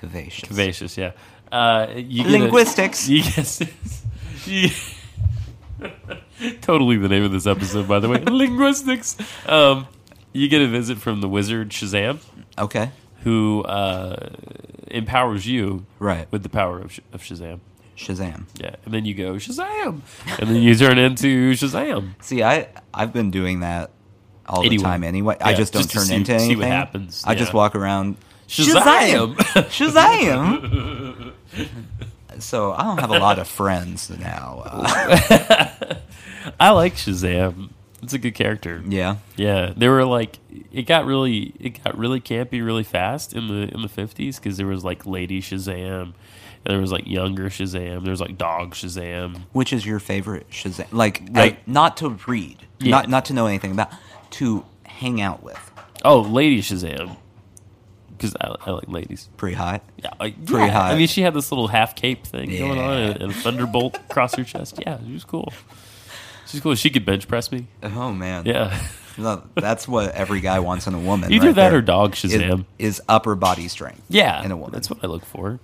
Cavacious. cavacious, yeah. Uh, you get a- Linguistics. you get- you- totally the name of this episode, by the way. Linguistics. Um, you get a visit from the wizard Shazam, Okay. who uh, empowers you Right. with the power of, Sh- of Shazam. Shazam. Yeah, and then you go Shazam, and then you turn into Shazam. See, I, I've been doing that all the Anyway. time anyway. I Yeah, just don't just to turn see- into see what anything. happens, I just yeah. walk around. Shazam! Shazam! Shazam! so I don't have a lot of friends now. Uh, I like Shazam. It's a good character. yeah. Yeah, they were like it got really it got really campy really fast in the in the fifties because there was like Lady Shazam, and there was like younger Shazam, there was like Dog Shazam. Which is your favorite Shazam? Like, Right. like not to read, Yeah. not not to know anything about, to hang out with. Oh, Lady Shazam, because I, I like ladies. Pretty hot. Yeah, like, Pretty yeah. hot. I mean, she had this little half cape thing going on Yeah. and, and a thunderbolt across her chest. Yeah, she was cool. She's cool. She could bench press me. Oh man. Yeah, No, that's what every guy wants in a woman. either right that there, or Dog is- Shazam. is upper body strength. yeah, in a woman. Uh, Um, That's what I look for.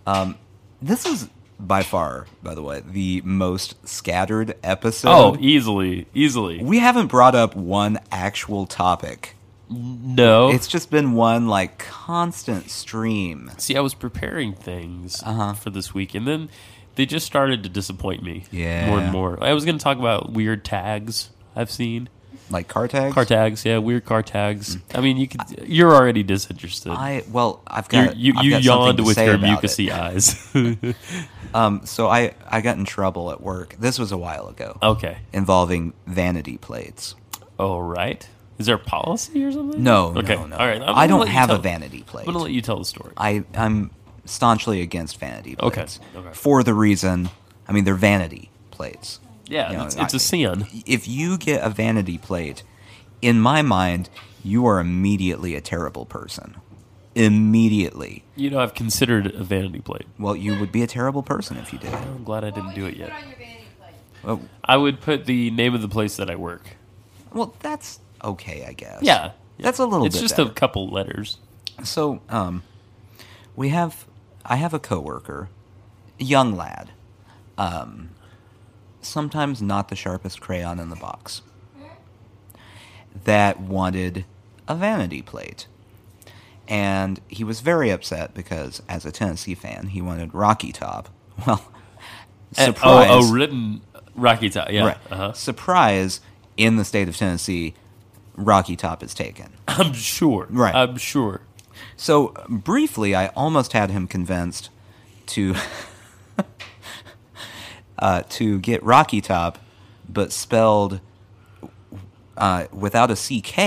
This is by far, by the way, the most scattered episode. Oh, easily, easily. we haven't brought up one actual topic. No. It's just been one like constant stream. See, I was preparing things Uh-huh. for this week, and then they just started to disappoint me. Yeah. More and more. I was going to talk about weird tags I've seen. Like car tags. Car tags, yeah, weird car tags. I mean, you could. You're already disinterested. Mm. I well, I've You're- got you I've you got something yawned to with say your about it. mucousy eyes. Um, so I I got in trouble at work. This was a while ago, okay. involving vanity plates. All right. Is there a policy or something? No, Okay. no, no. All right. I'm I gonna don't let you have a tell- vanity plate. I'm gonna let you tell the story. I I'm staunchly against vanity Okay, plates okay. for the reason. I mean, they're vanity plates. yeah, you know, it's, it's I- a sin. If you get a vanity plate, in my mind, you are immediately a terrible person. Immediately. You know, I've considered a vanity plate. Well, you would be a terrible person if you did. I'm glad I didn't What would do you it yet. Put on your vanity plate? Well, I would put the name of the place that I work. well that's okay, I guess. Yeah. yeah. That's a little It's bit just a better. couple letters. So, um, we have, I have a coworker, young lad, um, sometimes not the sharpest crayon in the box, that wanted a vanity plate. And he was very upset because, as a Tennessee fan, he wanted Rocky Top. Well, And- surprise. Oh, oh, written Rocky Top. Yeah. right. Uh-huh. Surprise, in the state of Tennessee, Rocky Top is taken. I'm sure. Right. I'm sure. So briefly, I almost had him convinced to uh, to get Rocky Top, but spelled uh, without a ck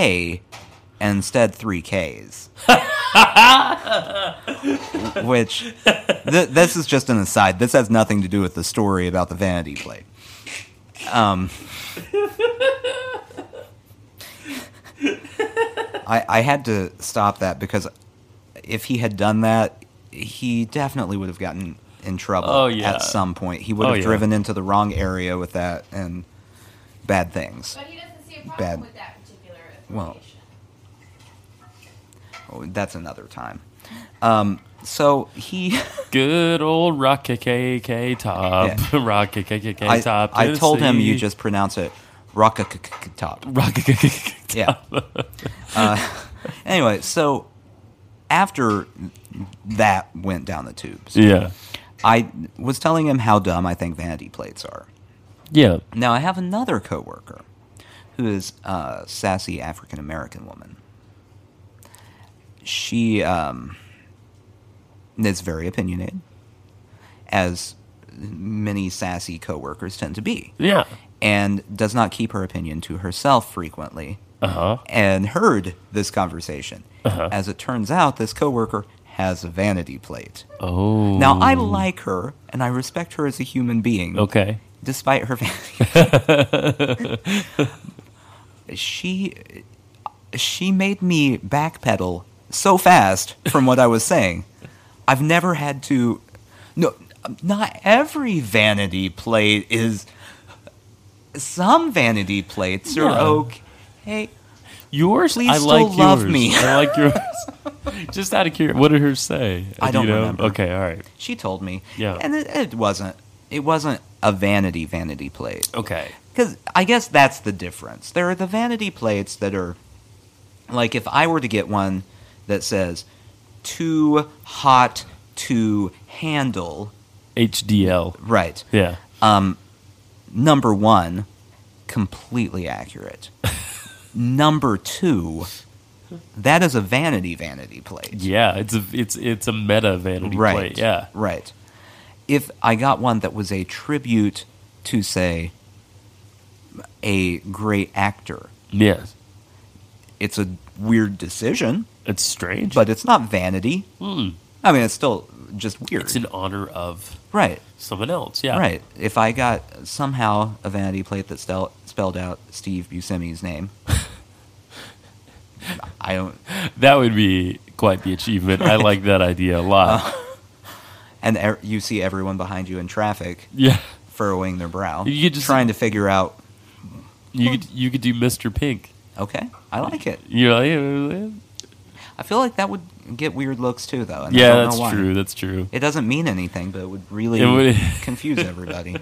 and instead three k's. Which th- this is just an aside. This has nothing to do with the story about the vanity plate. Um, I, I had to stop that because if he had done that, he definitely would have gotten in trouble Oh, yeah. at some point. He would Oh, have yeah. driven into the wrong area with that and bad things. But he doesn't see a problem Bad. with that particular Well, affiliation. Oh, that's another time. Um, so he, Good old Rocky KK Top. Yeah. Rocky KK I, Top. I told him you Tennessee. just pronounce it Rockatop. Rocky KK Yeah. Uh, anyway, so after that went down the tubes, Yeah. I was telling him how dumb I think vanity plates are. Yeah. Now I have another coworker who is a sassy African American woman. She um, is very opinionated, as many sassy coworkers tend to be, Yeah. and does not keep her opinion to herself frequently. Uh huh. And heard this conversation. As it turns out, this coworker has a vanity plate. Oh. Now I like her and I respect her as a human being Okay. despite her vanity. she she made me backpedal so fast from what I was saying. I've never had to no not every vanity plate is some vanity plates are Yeah. okay. Yours. Please I still like love yours. me. I like yours. just out of curiosity, what did her say? I Do don't you know? remember. Okay. All right. She told me. Yeah. And it, it wasn't it wasn't a vanity vanity plate. Okay. Because I guess that's the difference. There are the vanity plates that are like if I were to get one that says too hot to handle, HDL. right? Yeah. Um, number one, completely accurate. number two, that is a vanity vanity plate. Yeah, it's a it's it's a meta vanity right. plate. Yeah, Right. If I got one that was a tribute to, say, a great actor, yes, it's a weird decision, it's strange, but it's not vanity. Hmm. I mean, it's still just weird. it's in honor of right, someone else. Yeah, right. If I got somehow a vanity plate that spell, spelled out Steve Buscemi's name, I don't. That would be quite the achievement. I like that idea a lot. Uh-huh. And er, you see everyone behind you in traffic yeah, furrowing their brow, You could just- trying to figure out. you could you could do Mr. Pink. Okay, I like it. You know, yeah, yeah, I feel like that would get weird looks too, though. and I yeah, don't know that's why. true. That's true. It doesn't mean anything, but it would really It would- confuse everybody.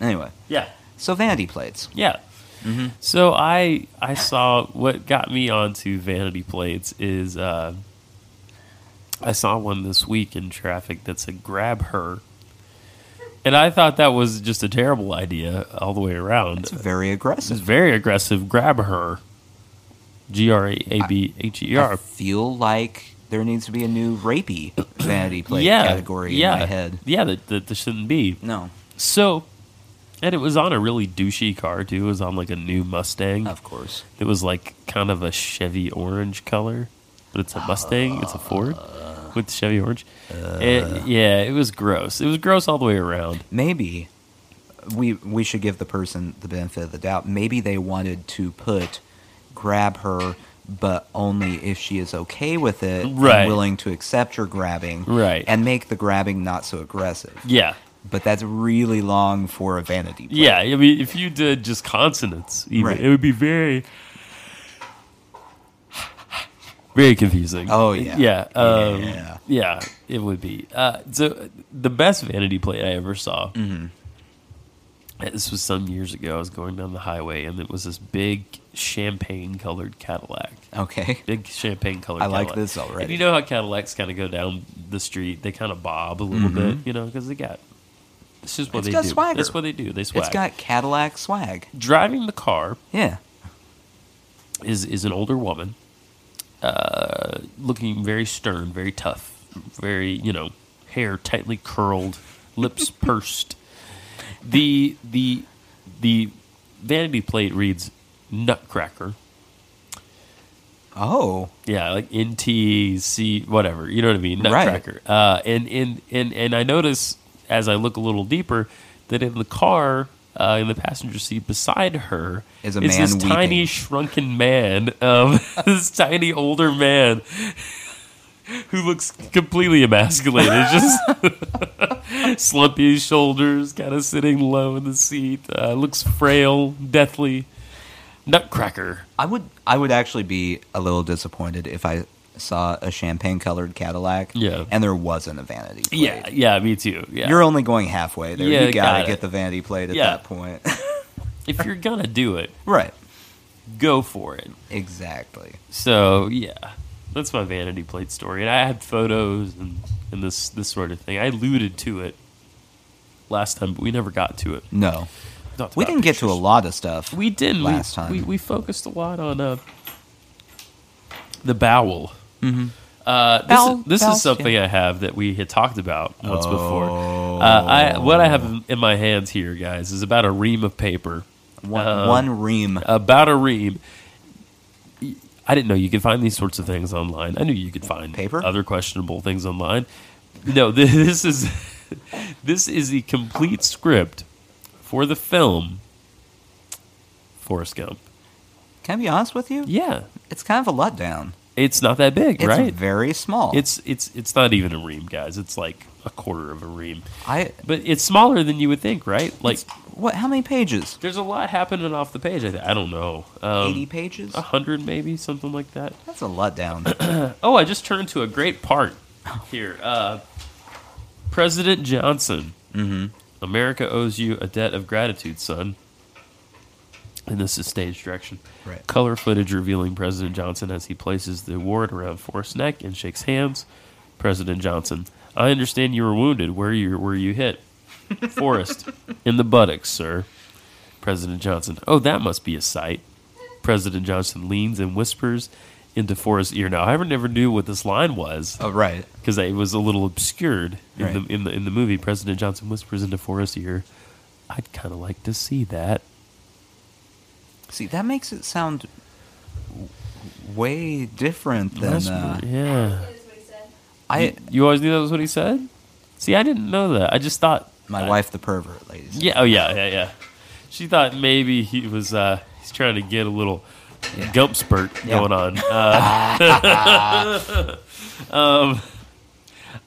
Anyway, Yeah, so vanity plates. yeah. Mm-hmm. So I I saw what got me onto vanity plates is uh, I saw one this week in traffic that's a grab her, and I thought that was just a terrible idea all the way around. It's very It's aggressive. very aggressive. Grab her. G R A B H E I R. feel like there needs to be a new rapey vanity plate Yeah. category yeah. in my head. Yeah, that, that there shouldn't be. No, So, and it was on a really douchey car, too. It was on like a new Mustang. of course. It was like kind of a Chevy orange color, but it's a Mustang. It's a Ford with Chevy orange. It- yeah, it was gross. It was gross all the way around. Maybe we we should give the person the benefit of the doubt. Maybe they wanted to put grab her, but only if she is okay with it, and Right. willing to accept your grabbing, Right. and make the grabbing not so aggressive. Yeah. But that's really long for a vanity plate. Yeah, I mean, if you did just consonants, even, Right. it would be very, very confusing. Oh, yeah. yeah, um, Yeah. yeah, It would be. Uh, so the best vanity plate I ever saw. Mm-hmm. This was some years ago. I was going down the highway, and it was this big champagne-colored Cadillac. Okay. Big champagne colored. I like Cadillac. this already. And you know how Cadillacs kind of go down the street? They kind of bob a little bit, you know, because they got. It's just Mm-hmm. what It's they got do. swagger. That's what they do. They swag It's got Cadillac swag. driving the car Yeah. is is an older woman, uh, looking very stern, very tough, very you know, hair tightly curled, lips pursed. The the the vanity plate reads Nutcracker. Oh. Yeah, like NTC, whatever. You know what I mean? Right. Nutcracker. Uh, and, and, and, and I notice as I look a little deeper that in the car, uh, in the passenger seat beside her, Is a this man tiny, weeping. shrunken man, um, this tiny older man who looks completely emasculated. Just slumpy shoulders, kind of sitting low in the seat, uh, looks frail, deathly. Nutcracker. I would I would actually be a little disappointed if I saw a champagne colored Cadillac Yeah. and there wasn't a vanity plate. Yeah, yeah, me too. Yeah. You're only going halfway there. Yeah, you gotta got get it. the vanity plate at Yeah. that point. if you're gonna do it, right. go for it. Exactly. So yeah, that's my vanity plate story, and I had photos and, and this this sort of thing. I alluded to it last time, but we never got to it. No. Talked We about didn't get to a pictures. lot of stuff. We didn't We- last time. We, we focused a lot on uh, the bowel. Mm-hmm. Uh, this Bowel- is, this bowel is something skin. I have that we had talked about once Oh. before. Uh, I what I have in my hands here, guys, is about a ream of paper. one, Uh, one ream. about a ream. I didn't know you could find these sorts of things online. I knew you could find Paper? other questionable things online. No, th- this is this is the complete script for the film Forrest Gump. Can I be honest with you? Yeah, It's kind of a letdown. it's not that big, It's right? very small. It's it's it's not even a ream, guys. It's like a quarter of a ream, I but it's smaller than you would think, right? Like, what how many pages? there's a lot happening off the page. I, th- I don't know, um, Eighty pages? a hundred maybe something like that. That's a letdown. Oh, I just turned to a great part here. Uh, President Johnson, Mm-hmm. America owes you a debt of gratitude, son. And this is stage direction. Right. Color footage revealing President Johnson as he places the award around Forrest's neck and shakes hands. President Johnson, I understand you were wounded. Where you were you hit? Forrest, in the buttocks, sir. President Johnson, oh, that must be a sight. President Johnson leans and whispers into Forrest's ear. Now, I ever never knew what this line was oh right. because it was a little obscured in, Right. the, in the in the movie. President Johnson whispers into Forrest's ear, "I'd kind of like to see that." See, that makes it sound w- way different than That's- uh, yeah, Is what he said. I. you always knew that was what he said. See, I didn't know that. I just thought My I- wife, the pervert, ladies. and Yeah. Oh, yeah. Yeah. Yeah. She thought maybe he was. Uh, he's trying to get a little gump spurt Yeah. going on. Uh, um,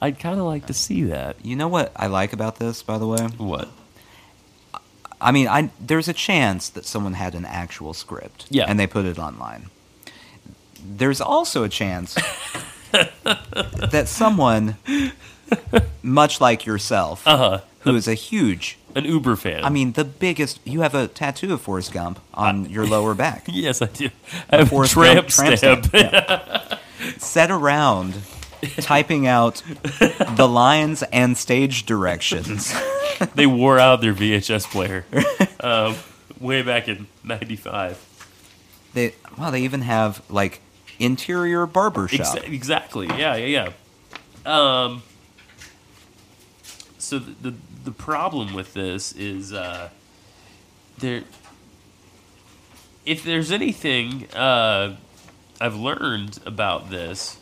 I'd kind of like to see that. You know what I like about this, by the way? What? I mean, I there's a chance that someone had an actual script, Yeah. and they put it online. There's also a chance that someone, much like yourself, Uh-huh. who is a huge, An Uber fan. I mean, the biggest, you have a tattoo of Forrest Gump on your lower back. yes, I do. I have a Forrest tramp Gump tramp stamp. stamp, Set around typing out the lines and stage directions. they wore out their VHS player um, way back in '95. They, wow, they even have like interior barber shop. Exa- exactly. Yeah, yeah, yeah. Um, so the, the the problem with this is uh, there. If there's anything uh, I've learned about this,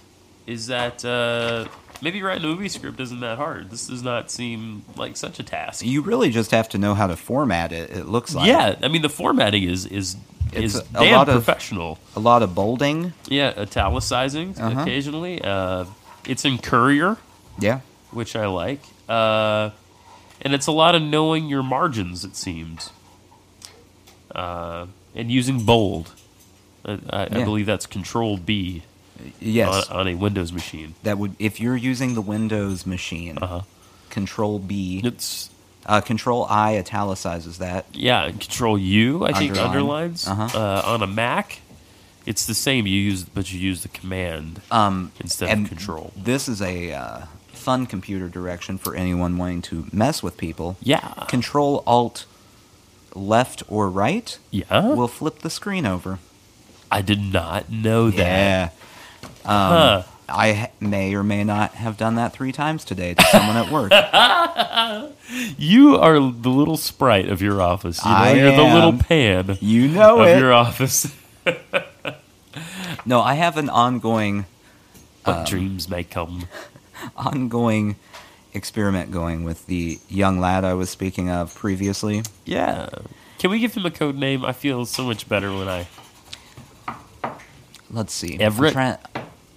is that uh, maybe writing a movie script isn't that hard. This does not seem like such a task. You really just have to know how to format it. It looks like yeah, I mean the formatting is is It's is a- a damn lot of- professional. a lot of bolding. yeah, italicizing Uh-huh. occasionally. Uh, it's in Courier. Yeah, which I like. Uh, and it's a lot of knowing your margins, it seems, uh, and using bold. I, I, I Yeah. believe that's Control B yes. on, on a Windows machine. that would if you're using the Windows machine, Uh-huh. Control B, It's uh, Control I italicizes that. yeah, and Control U. I think Underline. underlines Uh-huh. uh, on a Mac. It's the same. You use but you use the command Um, instead and of control. This is a uh, fun computer direction for anyone wanting to mess with people. Yeah. Control Alt, left or right yeah. will flip the screen over. I did not know Yeah. that. Huh. I ha- may or may not have done that three times today to someone at work. You are the little sprite of your office. You know, I you're the little am. pan. You know of it. your office. no, I have an ongoing But Um, dreams may come. ongoing experiment going with the young lad I was speaking of previously. Yeah. Can we give him a code name? I feel so much better when I. Let's see. I'm Everett? trying-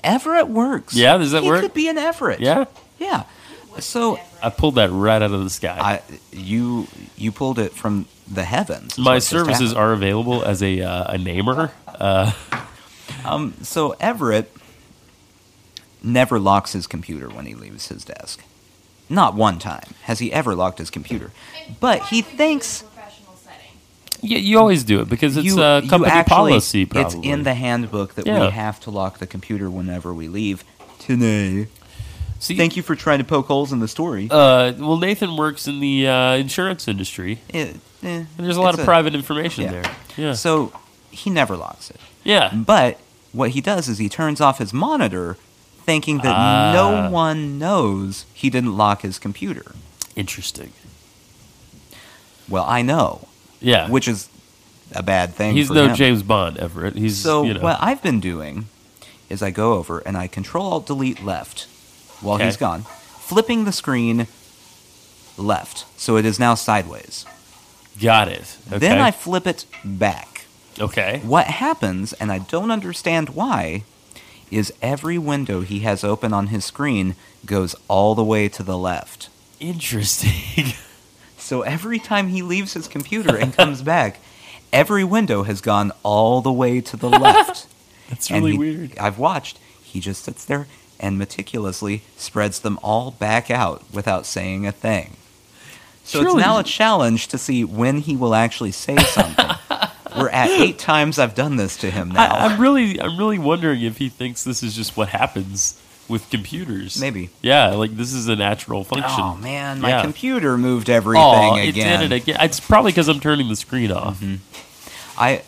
Everett works. Yeah, does that he work? could be an Everett. Yeah. Yeah. So I pulled that right out of the sky. I you you pulled it from the heavens. is My what just services happened. are available as a uh, a namer. Uh, um so Everett never locks his computer when he leaves his desk. Not one time has he ever locked his computer. And But he probably do it in a thinks professional setting. yeah, you always do it because it's uh, company policy. Probably It's in the handbook that Yeah. we have to lock the computer whenever we leave today. See, Thank you for trying to poke holes in the story. Uh, well, Nathan works in the uh, insurance industry, It- eh, and there's a lot it's of private information yeah. there. Yeah. So he never locks it. yeah. But what he does is he turns off his monitor, thinking that Ah. no one knows he didn't lock his computer. Interesting. Well, I know, Yeah. which is a bad thing. he's for no him. James Bond, Everett. He's So you know, what I've been doing is I go over and I control alt delete left while Okay. he's gone, flipping the screen left. So it is now sideways. got it. Okay. Then I flip it back. okay. What happens, and I don't understand why, is every window he has open on his screen goes all the way to the left. Interesting. So every time he leaves his computer and comes back, every window has gone all the way to the left. That's And really he- weird. I've watched. He just sits there and meticulously spreads them all back out without saying a thing. So Surely- it's now a challenge to see when he will actually say something. We're at eight times I've done this to him now. I, I'm really, I'm really wondering if he thinks this is just what happens with computers. Maybe. Yeah, like this is a natural function. Oh man, my Yeah. computer moved everything Aw, it again. Mm-hmm. did it again. It's probably because I'm turning the screen off. I,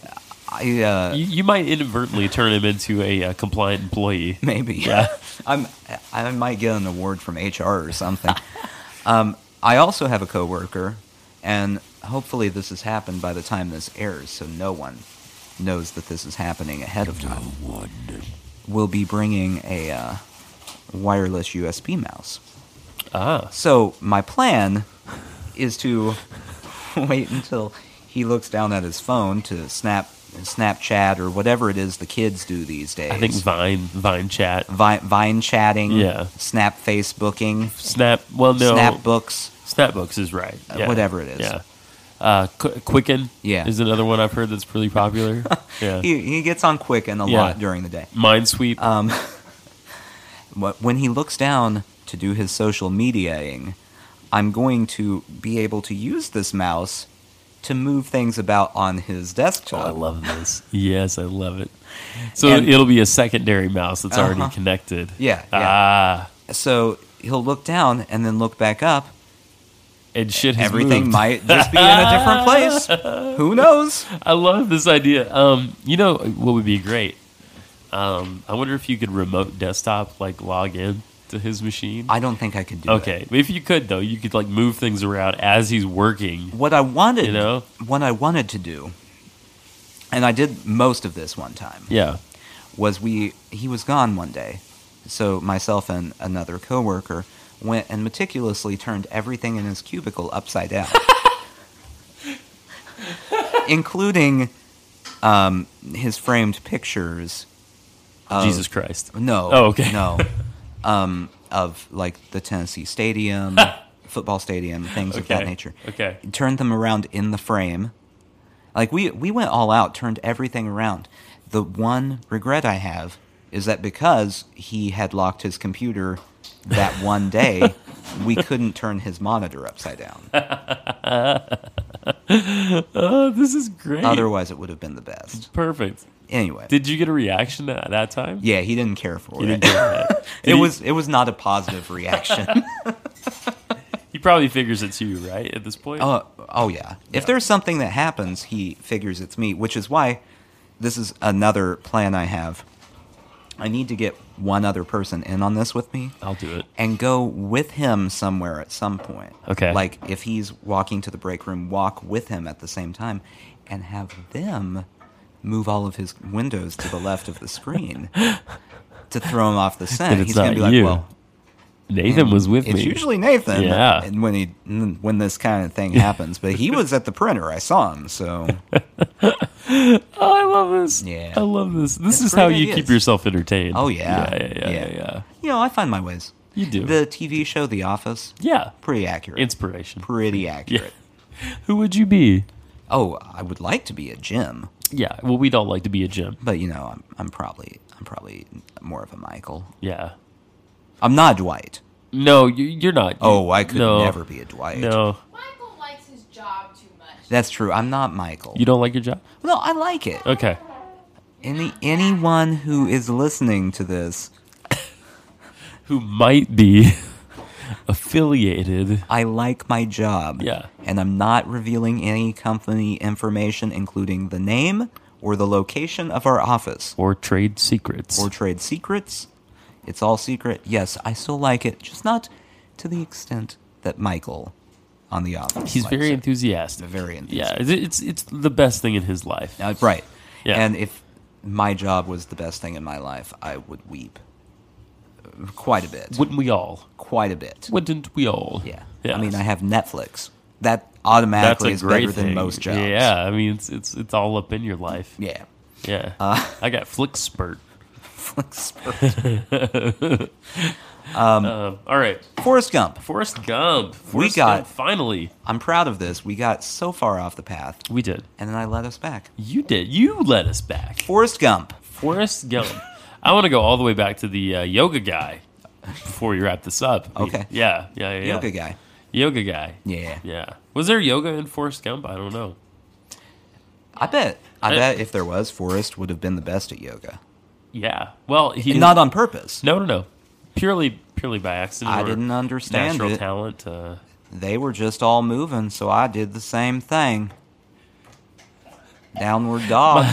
I uh, You, you might inadvertently turn him into a uh, compliant employee. maybe. Yeah. I'm. I might get an award from HR or something. um, I also have a coworker, and hopefully this has happened by the time this airs, so no one knows that this is happening ahead of time. We'll be bringing a uh, wireless USB mouse. Ah, So my plan is to wait until he looks down at his phone to snap Snapchat or whatever it is the kids do these days. I think Vine, Vine chat, Vine, Vine chatting, Yeah. Snap Facebooking, Snap. Well, no, Snap books. Snapbooks is right. Uh, whatever it is. Yeah. Uh, Qu- Quicken. Yeah. Is another one I've heard that's pretty popular. yeah. He, he gets on Quicken a Yeah. lot during the day. Minesweep. Um, But when he looks down to do his social mediaing, I'm going to be able to use this mouse to move things about on his desktop. I love this. yes, I love it. So And- it'll be a secondary mouse that's Uh-huh. already connected. Yeah, yeah. Ah, So he'll look down and then look back up. and shit has Everything moved. might just be in a different place. Who knows? I love this idea. Um, you know what would be great? Um, I wonder if you could remote desktop like log in to his machine. I don't think I could do it. okay, if you could though, you could like move things around as he's working. What I wanted, You know? what I wanted to do, and I did most of this one time. Yeah. was we he was gone one day so myself and another coworker went and meticulously turned everything in his cubicle upside down including um, his framed pictures of, Jesus Christ. Oh. no Oh, okay. no um, of like the tennessee stadium football stadium things of that Okay, nature okay. turned them around in the frame like we we went all out, turned everything around. The one regret I have is that because he had locked his computer that one day, we couldn't turn his monitor upside down. Oh, this is great. Otherwise, it would have been the best. Perfect. Anyway, Did you get a reaction at that time? yeah, he didn't care for He it. didn't get that. it Did he- was it was not a positive reaction. He probably figures it's you, right? At this point. Oh, oh yeah. If there's something that happens, he figures it's me, which is why this is another plan I have. I need to get one other person in on this with me. I'll do it. and go with him somewhere at some point. Okay. Like if he's walking to the break room, walk with him at the same time and have them move all of his windows to the left of the screen to throw him off the scent. Then it's he's gonna not be like, you. Well Nathan was with Mm. it's me. usually Nathan uh, Yeah. and when he when this kind of thing happens. But he was at the printer, I saw him, so Oh, I love this. Yeah. I love this. This It's is how great you ideas. keep yourself entertained. Oh yeah. Yeah, yeah, yeah, yeah. yeah. You know, I find my ways. You do. The TV show The Office, yeah. pretty accurate. Inspiration. pretty accurate. Who would you be? Oh, I would like to be a Jim. Yeah. Well, we'd all like to be a Jim. but you know, I'm, I'm probably I'm probably more of a Michael. Yeah. I'm not Dwight. No, you, you're not. Oh, I could no. never be a Dwight. No. Michael likes his job too much. That's true. I'm not Michael. You Uh, don't like your job? no, I like it. Okay. Any anyone who is listening to this, Who might be affiliated? I like my job. Yeah. And I'm not revealing any company information, including the name or the location of our office Or trade secrets. or trade secrets. It's all secret. Yes, I still like it, just not to the extent that Michael on the office. He's likes very it. enthusiastic. Very Yeah, it's, it's it's the best thing in his life. Uh, right. Yeah. And if my job was the best thing in my life, I would weep Uh, quite a bit. Wouldn't we all? quite a bit. Wouldn't we all? yeah. yeah. I mean, I have Netflix. That automatically is better than most jobs. Yeah, I mean, it's it's it's all up in your life. Yeah. Uh, Yeah, I got flick spurt. Netflix. Um, all right, Forrest Gump. Forrest Gump. Forrest got- Gump, finally. I'm proud of this. We got so far off the path, We did. and then I led us back. You did. You led us back. Forrest Gump. Forrest Gump. I want to go all the way back to the uh, yoga guy before we wrap this up. Okay. Yeah. Yeah. Yeah. yeah. Yoga guy. Yoga guy. Yeah. Yeah. Was there yoga in Forrest Gump? I don't know. I bet. I I- bet if there was, Forrest would have been the best at yoga. Yeah. Well, he And not on purpose. No, no, no. Purely, purely by accident. I or didn't understand natural it. talent. Uh, they were just all moving, so I did the same thing. Downward dog.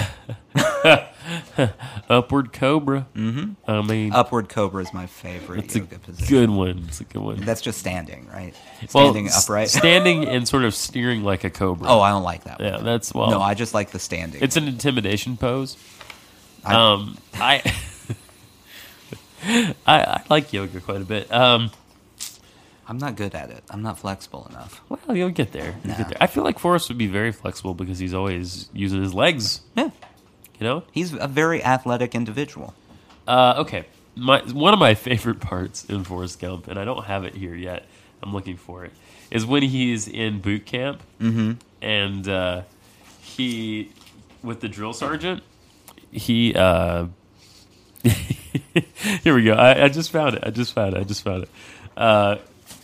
upward cobra. Mm-hmm. I mean, upward cobra is my favorite it's a yoga position. good one. It's a good one. That's just standing, right? Well, Standing s- upright. standing and sort of steering like a cobra. oh, I don't like that. yeah, one. that's well. no, I just like the standing. it's an intimidation pose. I- um, I, I, I like yoga quite a bit. Um, I'm not good at it. I'm not flexible enough. well, you'll get there. You'll Nah. get there. I feel like Forrest would be very flexible because he's always using his legs. Yeah, You know. he's a very athletic individual. Uh, okay. My one of my favorite parts in Forrest Gump, and I don't have it here yet. I'm looking for it. Is when he's in boot camp Mm-hmm. and uh, he with the drill sergeant. He uh, Here we go. I, I just found it. I just found it. I just found it. Uh,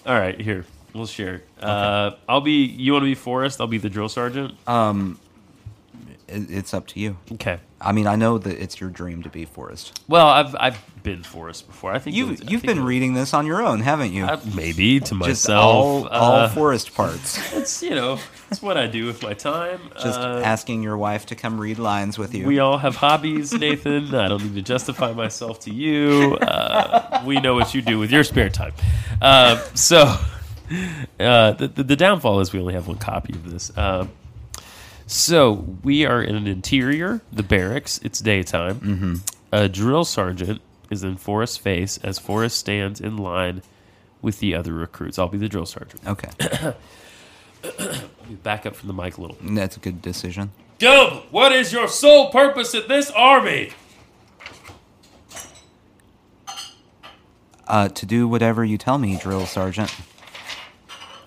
all right, here. We'll share. Uh, I'll be. You want to be Forrest? I'll be the drill sergeant. Uh, It- It's up to you. okay. I mean, I know that it's your dream to be Forrest. Well, I've I've been Forrest before. I think You it was- I you've think been it was- reading this on your own, haven't you? I- Uh, maybe to Just myself. all all uh, Forrest parts. it's you know it's what I do with my time. Just Uh, asking your wife to come read lines with you. We all have hobbies, Nathan. I don't need to justify myself to you. Uh, we know what you do with your spare time. Uh, so, uh, the, the, the downfall is we only have one copy of this. Uh, so, we are in an interior, the barracks. It's daytime. Mm-hmm. A drill sergeant is in Forrest's face as Forrest stands in line with the other recruits. I'll be the drill sergeant. okay, Back up from the mic a little. that's a good decision. Gentlemen, what is your sole purpose in this army? Uh, to do whatever you tell me, drill sergeant.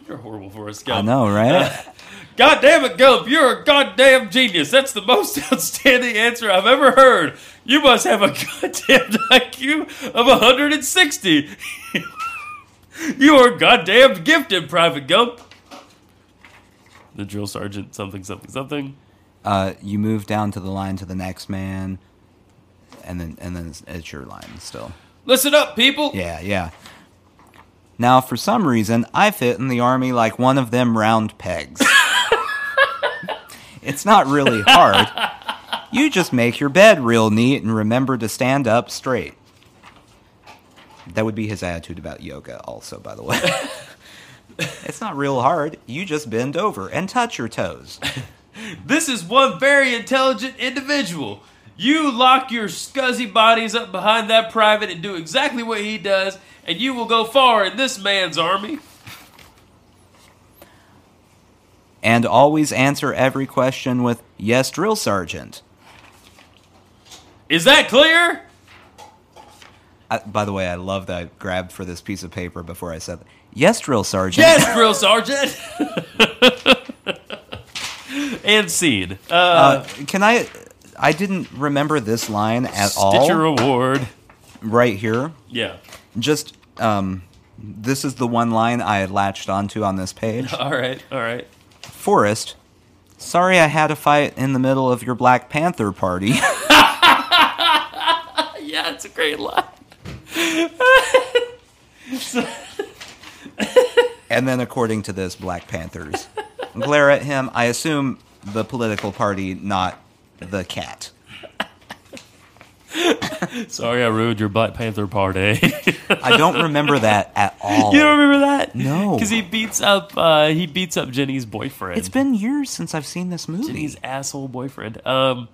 You're horrible, Forrest I Gump. know, uh, right? God damn it, Gump, you're a goddamn genius. That's the most outstanding answer I've ever heard. You must have a goddamn IQ of 160. you are goddamn gifted, Private Gump. The drill sergeant, something, something, something. uh, you move down to the line to the next man, and then and then it's, it's your line still. Listen up, people. Yeah, yeah. Now, for some reason, I fit in the army like one of them round pegs. it's not really hard. You just make your bed real neat and remember to stand up straight. That would be his attitude about yoga, also, by the way. it's not real hard. You just bend over and touch your toes. This is one very intelligent individual. You lock your scuzzy bodies up behind that private and do exactly what he does, and you will go far in this man's army. And always answer every question with, Yes, drill sergeant. Is that clear? I, by the way, I love that I grabbed for this piece of paper before I said that. Yes, drill sergeant. Yes, drill sergeant. and scene. Uh, Uh, can I? I didn't remember this line at Stitcher all. Award. Right here, Yeah. just um, this is the one line I had latched onto on this page. All right. All right. Forrest, sorry I had a fight in the middle of your Black Panther party. Yeah, it's a great line. and then, according to this, Black Panthers glare at him. I assume the political party, not the cat. Sorry, I ruined your Black Panther party. I don't remember that at all. you don't remember that? No. because he beats up. Uh, he beats up Jenny's boyfriend. It's been years since I've seen this movie. Jenny's asshole boyfriend. Um.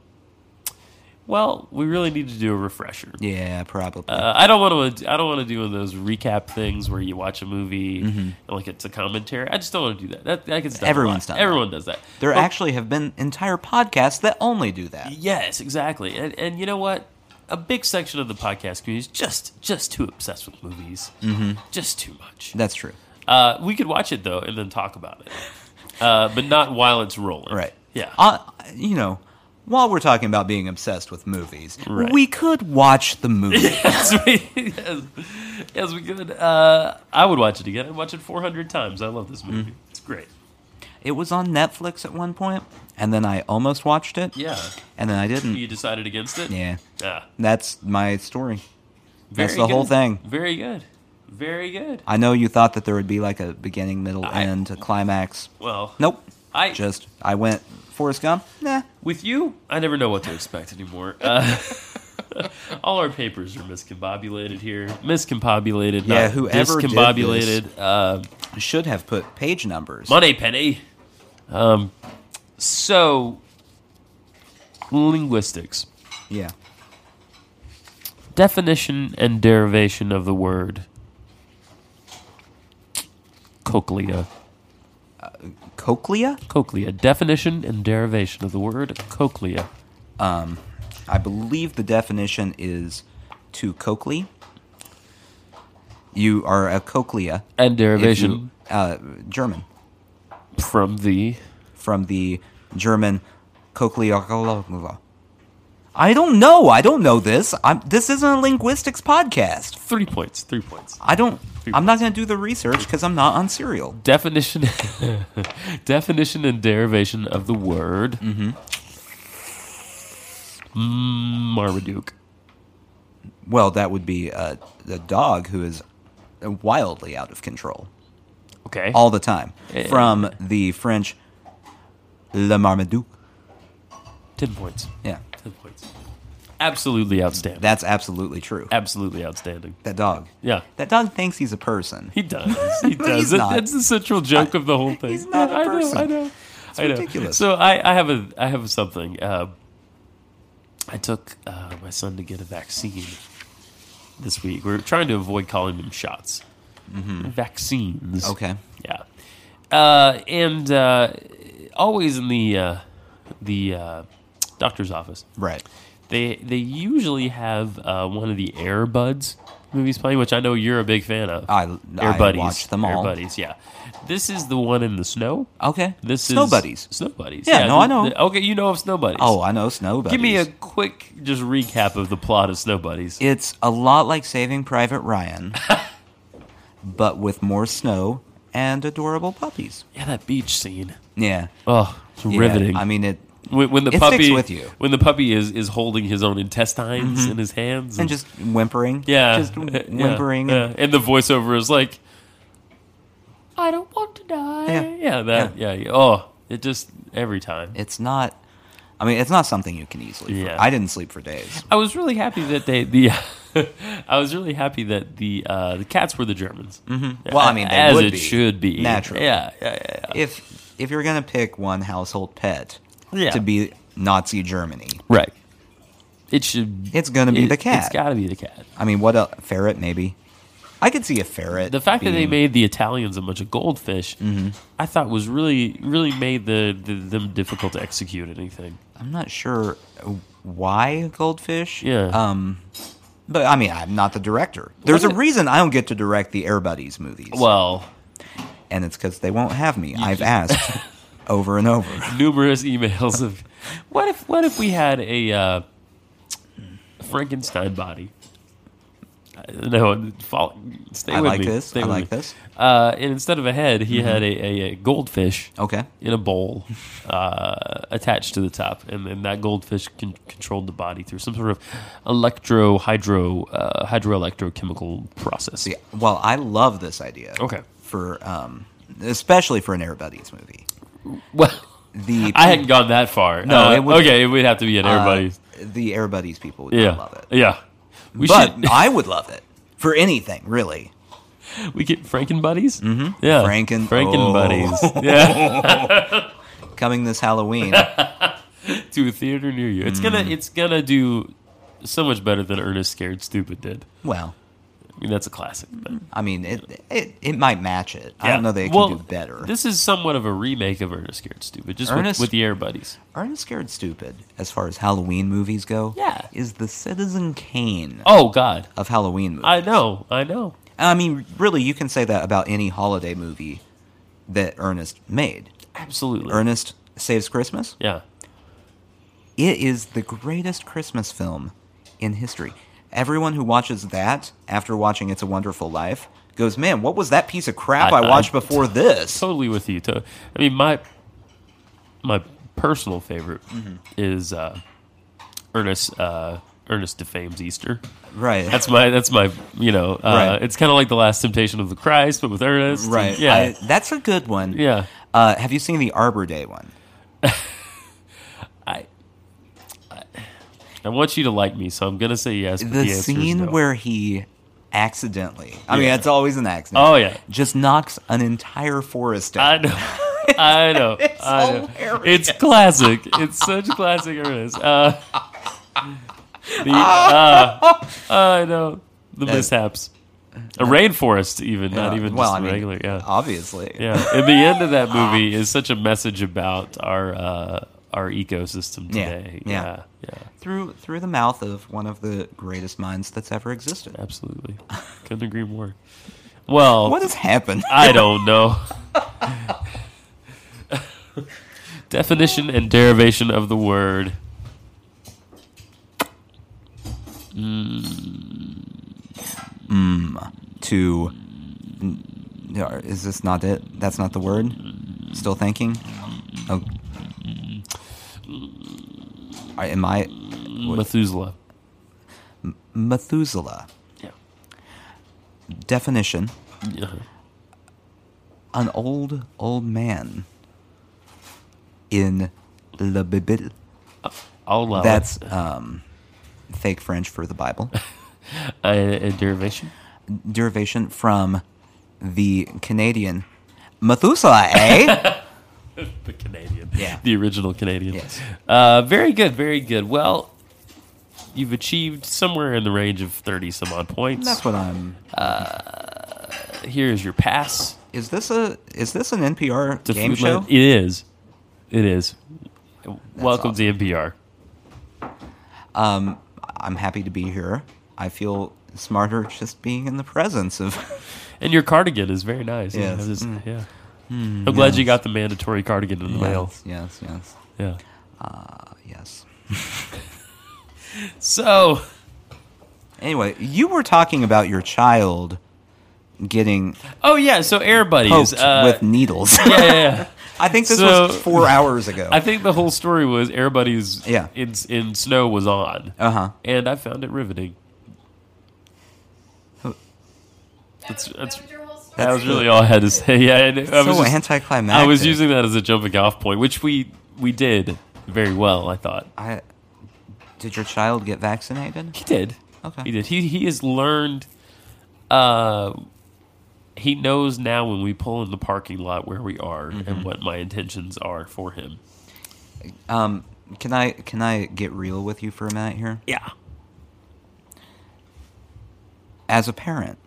Well, we really need to do a refresher. Yeah, probably. Uh, I don't want to. I don't want to do one of those recap things where you watch a movie Mm-hmm. and like it's a commentary. I just don't want to do that. That that gets done. a Everyone's lot. done that. Everyone does that. there But- actually have been entire podcasts that only do that. Yes, exactly. And and you know what? A big section of the podcast community is just just too obsessed with movies. Mm-hmm. Just too much. That's true. Uh, we could watch it though and then talk about it, uh, but not while it's rolling. Right. Yeah. Uh, you know, while we're talking about being obsessed with movies, Right. we could watch the movie. yes, we, yes, yes, we could. Uh, I would watch it again. I'd watch it 400 times. I love this Mm. movie. It's great. it was on Netflix at one point, and then I almost watched it, Yeah. and then I didn't. You decided against it? Yeah. Yeah. That's my story. Very That's the whole good. thing. Very good. Very good. I know you thought that there would be like a beginning, middle, I- end, a climax. Well, Nope. I Just I went Forrest Gump. Nah. with you, I never know what to expect anymore. Uh, all our papers are miscombobulated here. Miscombobulated. Yeah, not whoever did discombobulated. Uh, Should have put page numbers. money penny. Um, so linguistics. Yeah. definition and derivation of the word cochlea. Cochlea? Cochlea. Definition and derivation of the word cochlea. I believe the definition is to cochlea. You are a cochlea. And if derivation you- uh, German. from the. From the German cochlea. I don't know. I don't know this. I'm, this isn't a linguistics podcast. Three points. Three points. I don't. I'm not going to do the research because I'm not on Serial. Definition, definition and derivation of the word Mm, Marmaduke. Well, that would be a, a dog who is wildly out of control Okay. all the time. From the French Le Marmaduke. ten points. Yeah, Ten points. Absolutely outstanding. that's absolutely true. Absolutely outstanding. That dog. Yeah. That dog thinks he's a person. He does. He But does. he's It- not. It's the central joke of the whole thing. He's not a I person. know. I know. I know. ridiculous. So I, I have a I have something. Uh, I took uh, my son to get a vaccine this week. We're trying to avoid calling them shots. Vaccines. Mm-hmm. Okay. Yeah. Uh, and uh, always in the uh, the uh, doctor's office Right. they they usually have uh, one of the Air Buds movies playing, which I know you're a big fan of. I- I watch them all. Air Buddies, yeah. This is the one in the snow. Okay. This Snow is buddies. Snow buddies. Yeah, no, the- I know. the- okay, you know of snow buddies. Oh, I know snow buddies. give me a quick just recap of the plot of Snow Buddies. It's a lot like Saving Private Ryan, but with more snow and adorable puppies. yeah, that beach scene. Yeah. Oh, it's Yeah, riveting. I mean it, when, when the it sticks puppy with you. Mm-hmm. when the puppy is is holding his own intestines in his hands and just whimpering. yeah, Just uh, w- yeah, whimpering. yeah. and the voiceover is like, "I don't want to die." Yeah. Yeah, that. Yeah. yeah. Oh, it just every time. It's not. I mean, it's not something you can easily. Yeah. I didn't sleep for days. I was really happy that they the. I was really happy that the uh, the cats were the Germans. Mm-hmm. Well, I mean, they as would it be, should be naturally. Yeah, yeah, yeah. yeah. If if you're gonna pick one household pet Yeah. to be Nazi Germany, Right. It should. It's gonna be the cat. It's got to be the cat. I mean, what a ferret maybe. I could see a ferret. The fact that they being- made the Italians a bunch of goldfish, Mm-hmm. I thought was really, really made the, the them difficult to execute anything. I'm not sure why goldfish. Yeah. Um, but I mean, I'm not the director. There's a What- reason I don't get to direct the Air Buddies movies. Well, and it's because they won't have me. I've asked over and over. numerous emails of what if what if we had a uh, Frankenstein body? Uh, No, follow, stay I with like me. this. Stay I with like me. this. Mm-hmm. Uh, and instead of a head, he had a, a, a goldfish Okay. in a bowl uh, attached to the top, and then that goldfish con- controlled the body through some sort of electro hydro uh, hydroelectrochemical process. Yeah, Well, I love this idea. Okay. For um, especially for an Air Buddies movie. Well, The I hadn't gone that far. No, Uh, it would- okay, it would have to be an uh, everybody. the Air Buddies people would yeah, not love it. yeah. We but should- I would love it for anything, really. We get Franken buddies. Mm-hmm. Yeah, Franken- Franken oh. buddies. Yeah, Coming this Halloween. to a theater near you. It's Mm. gonna it's gonna do so much better than Ernest Scared Stupid did. well, I mean, that's a classic. But I mean, it it, it might match it. I Yeah. don't know that it Well, can do better. This is somewhat of a remake of Ernest Scared Stupid, just Ernest- with, with the Air Buddies. Ernest Scared Stupid, as far as Halloween movies go, Yeah. is the Citizen Kane Oh God, of Halloween movies. I know, I know. I mean, really, you can say that about any holiday movie that Ernest made. Absolutely. Ernest Saves Christmas. Yeah. It is the greatest Christmas film in history. Everyone who watches that after watching It's a Wonderful Life goes, "Man, what was that piece of crap I, I- watched I- before this?" totally with you. To- I mean, my my personal favorite Mm-hmm. is uh, Ernest uh, Ernest defames Easter. Right. That's my that's my you know uh, Right. it's kind of like the Last Temptation of the Christ, but with Ernest. and- right. yeah. I- that's a good one. yeah. Uh, have you seen the Arbor Day one? I, I I want you to like me, so I'm gonna say yes. But the, The answer is scene no. where he accidentally, I mean, Yeah. it's always an accident. oh yeah, Just knocks an entire forest down. I know. I know. It's I know. hilarious. It's classic. It's such classic Ernest. Uh, the, uh, I know. The mishaps. A rainforest, even, not Yeah, even well, just I mean, uh, regular. Yeah. Obviously. Yeah. And the end of that movie is such a message about our uh, our ecosystem Yeah, today. yeah. Yeah. yeah. Through through the mouth of one of the greatest minds that's ever existed. Absolutely. Couldn't agree more. Well, What has happened? I don't know. Definition and derivation of the word to. Yeah, Is this not it? That's not the word? Still thinking? Oh. I- Am I. Methuselah. Methuselah. Yeah. Definition Yeah. an old, old man in the Bible. Uh, I'll allow it. That's um, fake French for the Bible. a, Uh, a derivation. Derivation from the Canadian Methuselah, eh? The Canadian. Yeah. The original Canadian. Yes. Uh, very good. Very good. Well, you've achieved somewhere in the range of 30 some odd points. That's what I'm. Here is your pass Is this a is this an NPR to game Foodland. show? It is. It is. Welcome awesome. to NPR. Um, I'm happy to be here. I feel smarter just being in the presence of. And your cardigan is very nice. Yeah, Yes. it is- Mm. yeah. I'm glad you got the mandatory cardigan in the mail. yes, yes, yes, Yeah. uh, yes. So, Anyway, you were talking about your child getting oh yeah, so Air Buddies. poked Uh, with needles. yeah, yeah, yeah. I think this So- was four hours ago. I think the whole story was Air Buddies. Yeah. In in snow was on, Uh huh. and I found it riveting. That was, That's- that was your whole story. That That's was really all I had to say. Yeah, and I was So just- anticlimactic. I was using that as a jumping off point, which we we did very well. I thought I did your child get vaccinated? he did. Okay. He did. He he has learned. Uh, he knows now when we pull in the parking lot where we are Mm-hmm. and what my intentions are for him. Um, can I can I get real with you for a minute here? Yeah. As a parent,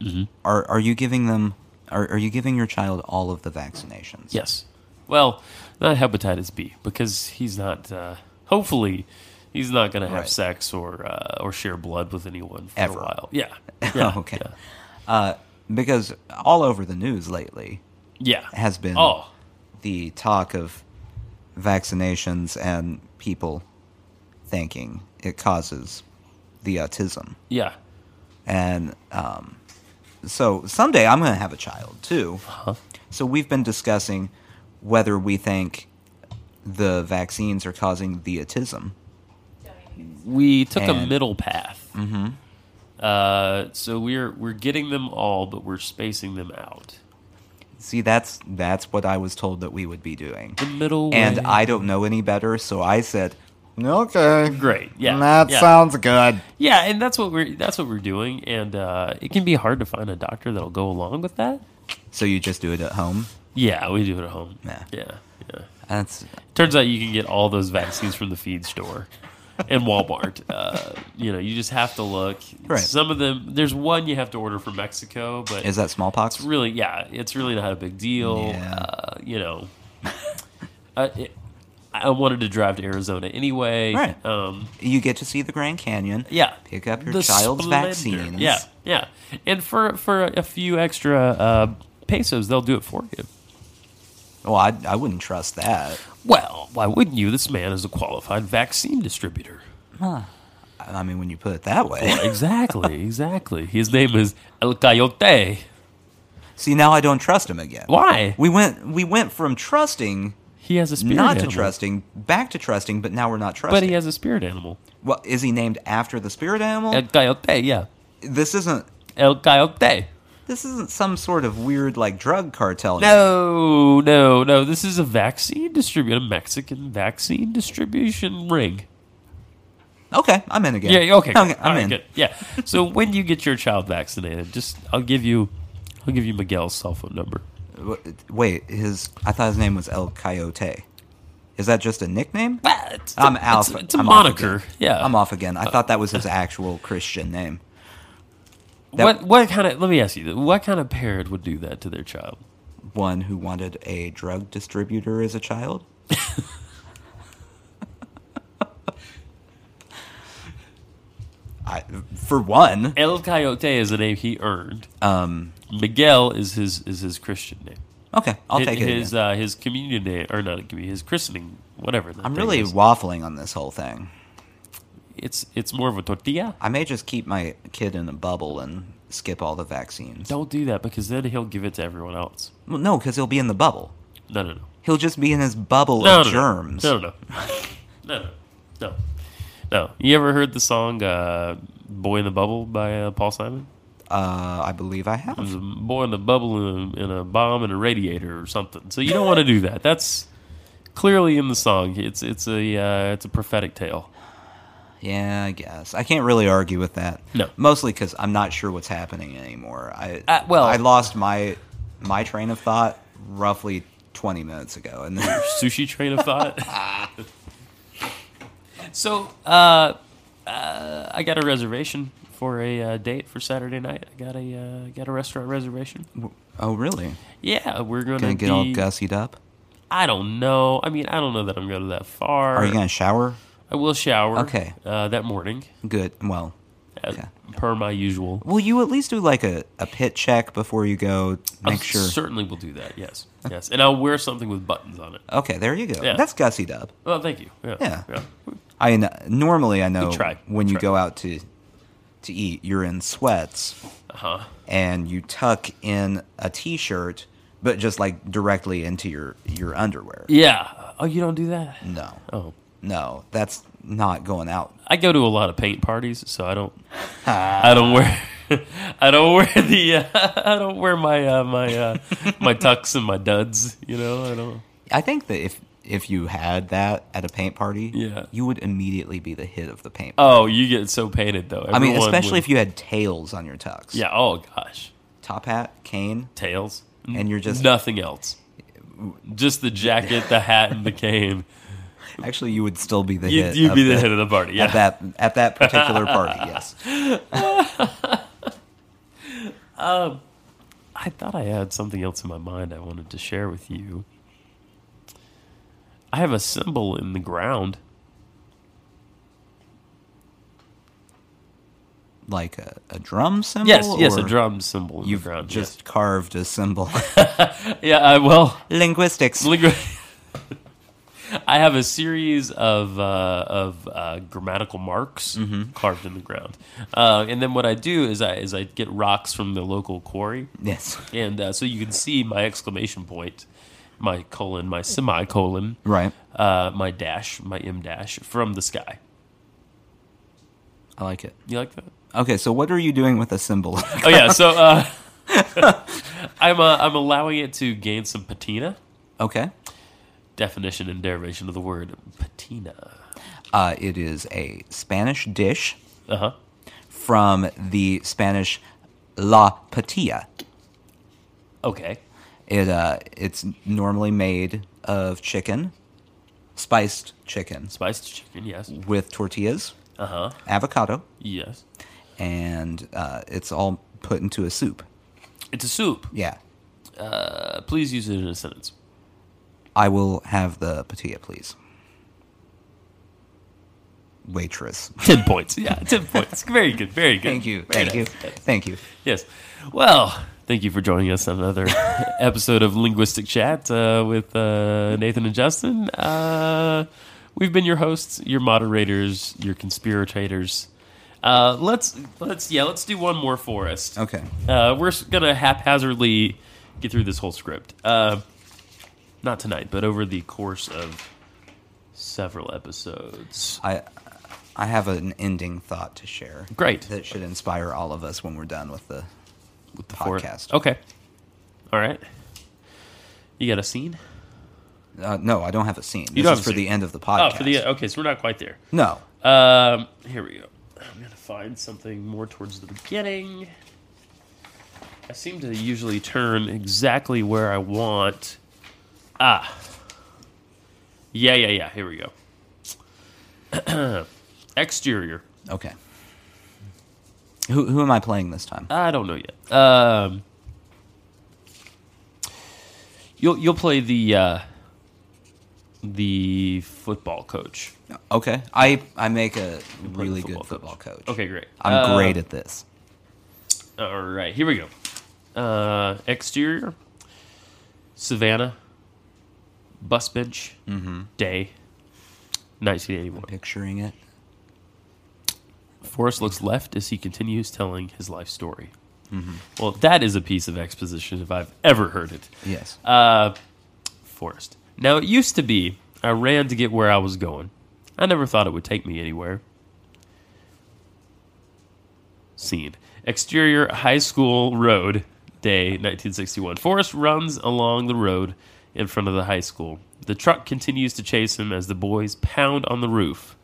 Mhm. are are you giving them? Are, are you giving your child all of the vaccinations? Yes. Well, not hepatitis B because he's not. Uh, hopefully, he's not going to have Right. sex or uh, or share blood with anyone for Ever. a while. Yeah. Yeah, Oh, okay. Yeah. Uh, because all over the news lately Yeah. has been Oh. the talk of vaccinations and people thinking it causes the autism. Yeah. And um, so someday I'm going to have a child too. So we've been discussing whether we think the vaccines are causing the autism. We took a And- middle path. Mm-hmm. Uh, so we're we're getting them all, but we're spacing them out. See, that's that's what I was told that we would be doing. The middle. And way. I don't know any better, so I said, "Okay, Great. Yeah. that yeah. sounds good." Yeah, and that's what we're that's what we're doing, and uh, it can be hard to find a doctor that'll go along with that. So you just do it at home. Yeah, we do it at home. Yeah. Yeah. Yeah. That's Turns out you can get all those vaccines from the feed store and Walmart. Uh, you know, you just have to look. Right. Some of them, there's one you have to order from Mexico, but is that smallpox? it's really, yeah, it's really not a big deal. Yeah. Uh, you know, uh, it, I wanted to drive to Arizona anyway. Right. Um, You get to see the Grand Canyon. yeah. Pick up your The child's splendor. vaccines. Yeah. Yeah. And for, for a few extra uh, pesos, they'll do it for you. Well, I, I wouldn't trust that. Well, why wouldn't you? This man is a qualified vaccine distributor. I mean, when you put it that way. Exactly, exactly. His name is El Coyote. See, now I don't trust him again. Why? We went we went from trusting He has a spirit not animal. to trusting back to trusting, but now we're not trusting. But he has a spirit animal. well, is he named after the spirit animal? El Coyote, yeah. this isn't El Coyote. this isn't some sort of weird like drug cartel. No, no, no. This is a vaccine distribute, a Mexican vaccine distribution ring. Okay, I'm in again. Yeah, okay. I'm, great. I'm All right, in. good. Yeah. So when you get your child vaccinated, just I'll give you I'll give you Miguel's cell phone number. W- Wait, his I thought his name was El Coyote. Is that just a nickname? It's I'm a- Alpha. It's, it's a I'm off moniker. again. yeah. Uh. I'm off again. I thought that was his actual Christian name. That- what what kind of let me ask you this. what kind of parent would do that to their child? One who wanted a drug distributor as a child. I, for one, El Coyote is the name he earned. um, Miguel is his is his Christian name. okay, I'll Hi- take it. his again. uh, his communion name or not a communion, his christening, whatever. that I'm uh, thing really is. waffling on this whole thing. It's it's more of a tortilla. I may just keep my kid in a bubble and skip all the vaccines. Don't do that because then he'll give it to everyone else. Well, no, because he'll be in the bubble. No, no, no. He'll just be in his bubble No, of no, no. germs. No, no, no. no, no, no, no. You ever heard the song uh, "Boy in the Bubble" by uh, Paul Simon? Uh, I believe I have. It was a boy in a bubble and a, and a bomb and a radiator or something. So you don't want to do that. That's clearly in the song. It's it's a uh, it's a prophetic tale. Yeah, I guess I can't really argue with that. No. mostly because I'm not sure what's happening anymore. I Uh, well- I lost my my train of thought roughly 20 minutes ago, and Sushi train of thought. so uh, uh, I got a reservation for a uh, date for Saturday night. I got a uh, got a restaurant reservation. oh really? Yeah, we're gonna, Gonna get be, all gussied up? I don't know. I mean, I don't know that I'm going that far. Are you gonna shower? I will shower. Okay. Uh, that morning, Good. Well, uh, Okay. per my usual. will you at least do like a, a pit check before you go? Make I sure. Certainly will do that. Yes. Yes. And I'll wear something with buttons on it. Okay, there you go. Yeah. That's gussied up. Well, thank you. Yeah. Yeah. I kn- normally I know try. when We you try. go out to to eat, you're in sweats Uh huh. and you tuck in a t-shirt, but just like directly into your your underwear. Yeah. Oh, you don't do that? No, Oh. no, that's not going out. I go to a lot of paint parties, so I don't. I don't wear. I don't wear the. Uh, I don't wear my uh, my uh, my tucks and my duds. You know, I don't. I think that if if you had that at a paint party, Yeah. you would immediately be the hit of the paint. Oh, you get so painted though. I mean, Everyone especially would- if you had tails on your tux. Yeah. Oh gosh. top hat, cane. Tails. And you're just- nothing else. Just the jacket, the hat, and the cane. Actually, you would still be the You, hit. you'd of be the head of the party. Yeah. at that at that particular party. Yes. I thought I had something else in my mind I wanted to share with you. I have a symbol in the ground. like a, a drum symbol? Yes, yes, a or drum symbol in You've the ground. just carved a symbol. yes. yeah. I, well, Linguistics. lingu- I have a series of uh, of uh, grammatical marks Mm-hmm. carved in the ground, uh, and then what I do is I is I get rocks from the local quarry, yes. and uh, so you can see my exclamation point, my colon, my semicolon, Right. uh, my dash, my m dash from the sky. I like it. You like that? Okay, so what are you doing with a symbol? Oh yeah, so uh, I'm uh, I'm allowing it to gain some patina. okay. Definition and derivation of the word patina. Uh, it is a Spanish dish Uh huh. from the Spanish la patilla. Okay. It uh, it's normally made of chicken, spiced chicken Spiced chicken. Yes. with tortillas, Uh huh. avocado, Yes. and uh, it's all put into a soup. It's a soup. Yeah. Uh, please use it in a sentence. I will have the patilla, please. Waitress. Ten points. Yeah, ten points. Very good. Very good. Thank you. Very Thank you. nice. Thank you. Yes. Well, thank you for joining us on another episode of Linguistic Chat uh, with uh, Nathan and Justin. Uh, we've been your hosts, your moderators, your conspirators. Uh, let's let's yeah, let's do one more for us. Okay. Uh, we're s- gonna haphazardly get through this whole script. Uh, not tonight, but over the course of several episodes. I I have an ending thought to share. Great. That should inspire all of us when we're done with the With the podcast. okay. All right. You got a scene? uh, no, I don't have a scene. This You don't is have a for scene. the end of the podcast. Oh, for the okay, so we're not quite there. No. Um, here we go. I'm gonna find something more towards the beginning. I seem to usually turn exactly where I want. Ah, yeah, yeah, yeah. Here we go. Exterior. Okay. Who who am I playing this time? I don't know yet. Um, you'll you'll play the uh, the football coach. Okay. I I make a Play the really good football coach. Okay, great. I'm Uh, great at this. All right, here we go. Uh, exterior, Savannah, bus bench, day, 1981. Picturing it. Forrest looks left as he continues telling his life story. Well, that is a piece of exposition if I've ever heard it. Yes. Uh, Forrest. Now, it used to be I ran to get where I was going. I never thought it would take me anywhere. Scene. Exterior High School Road, day 1961. Forrest runs along the road in front of the high school. The truck continues to chase him as the boys pound on the roof.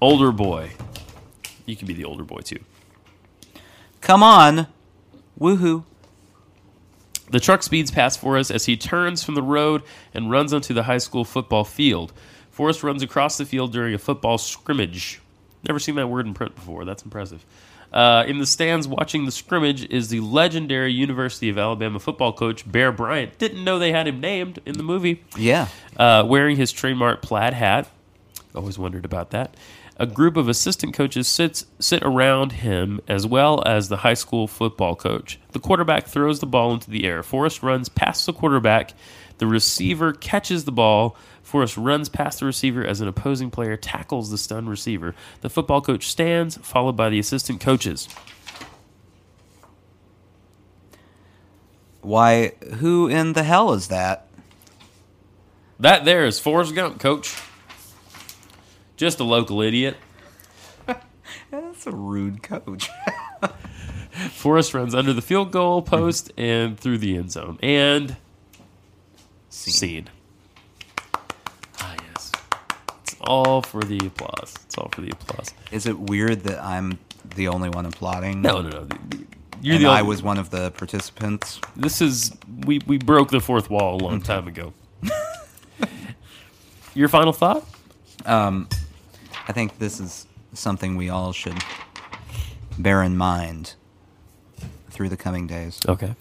Older boy. You can be the older boy, too. Come on. Woohoo. The truck speeds past Forrest as he turns from the road and runs onto the high school football field. Forrest runs across the field during a football scrimmage. Never seen that word in print before. That's impressive. Uh, in the stands watching the scrimmage is the legendary University of Alabama football coach Bear Bryant. Didn't know they had him named in the movie Yeah. uh, wearing his trademark plaid hat. Always wondered about that. A group of assistant coaches sits sit around him as well as the high school football coach. The quarterback throws the ball into the air. Forrest runs past the quarterback. The receiver catches the ball. Forrest runs past the receiver as an opposing player tackles the stunned receiver. The football coach stands, followed by the assistant coaches. Why, who in the hell is that? That there is Forrest Gump, coach. Just a local idiot. That's a rude coach. Forrest runs under the field goal Mm-hmm. post and through the end zone. And Scene. scene. Ah, yes. It's all for the applause. It's all for the applause. Is it weird that I'm the only one applauding? No, no, no. The- the- You're And the I only- was one of the participants. This is we we broke the fourth wall a long Mm-hmm. time ago. Your final thought? I think this is something we all should bear in mind through the coming days. Okay.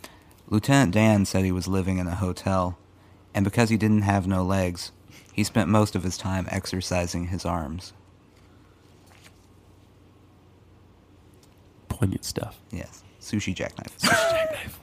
Lieutenant Dan said he was living in a hotel, and because he didn't have no legs, he spent most of his time exercising his arms. Poignant stuff. Yes, sushi jackknife. Jackknife.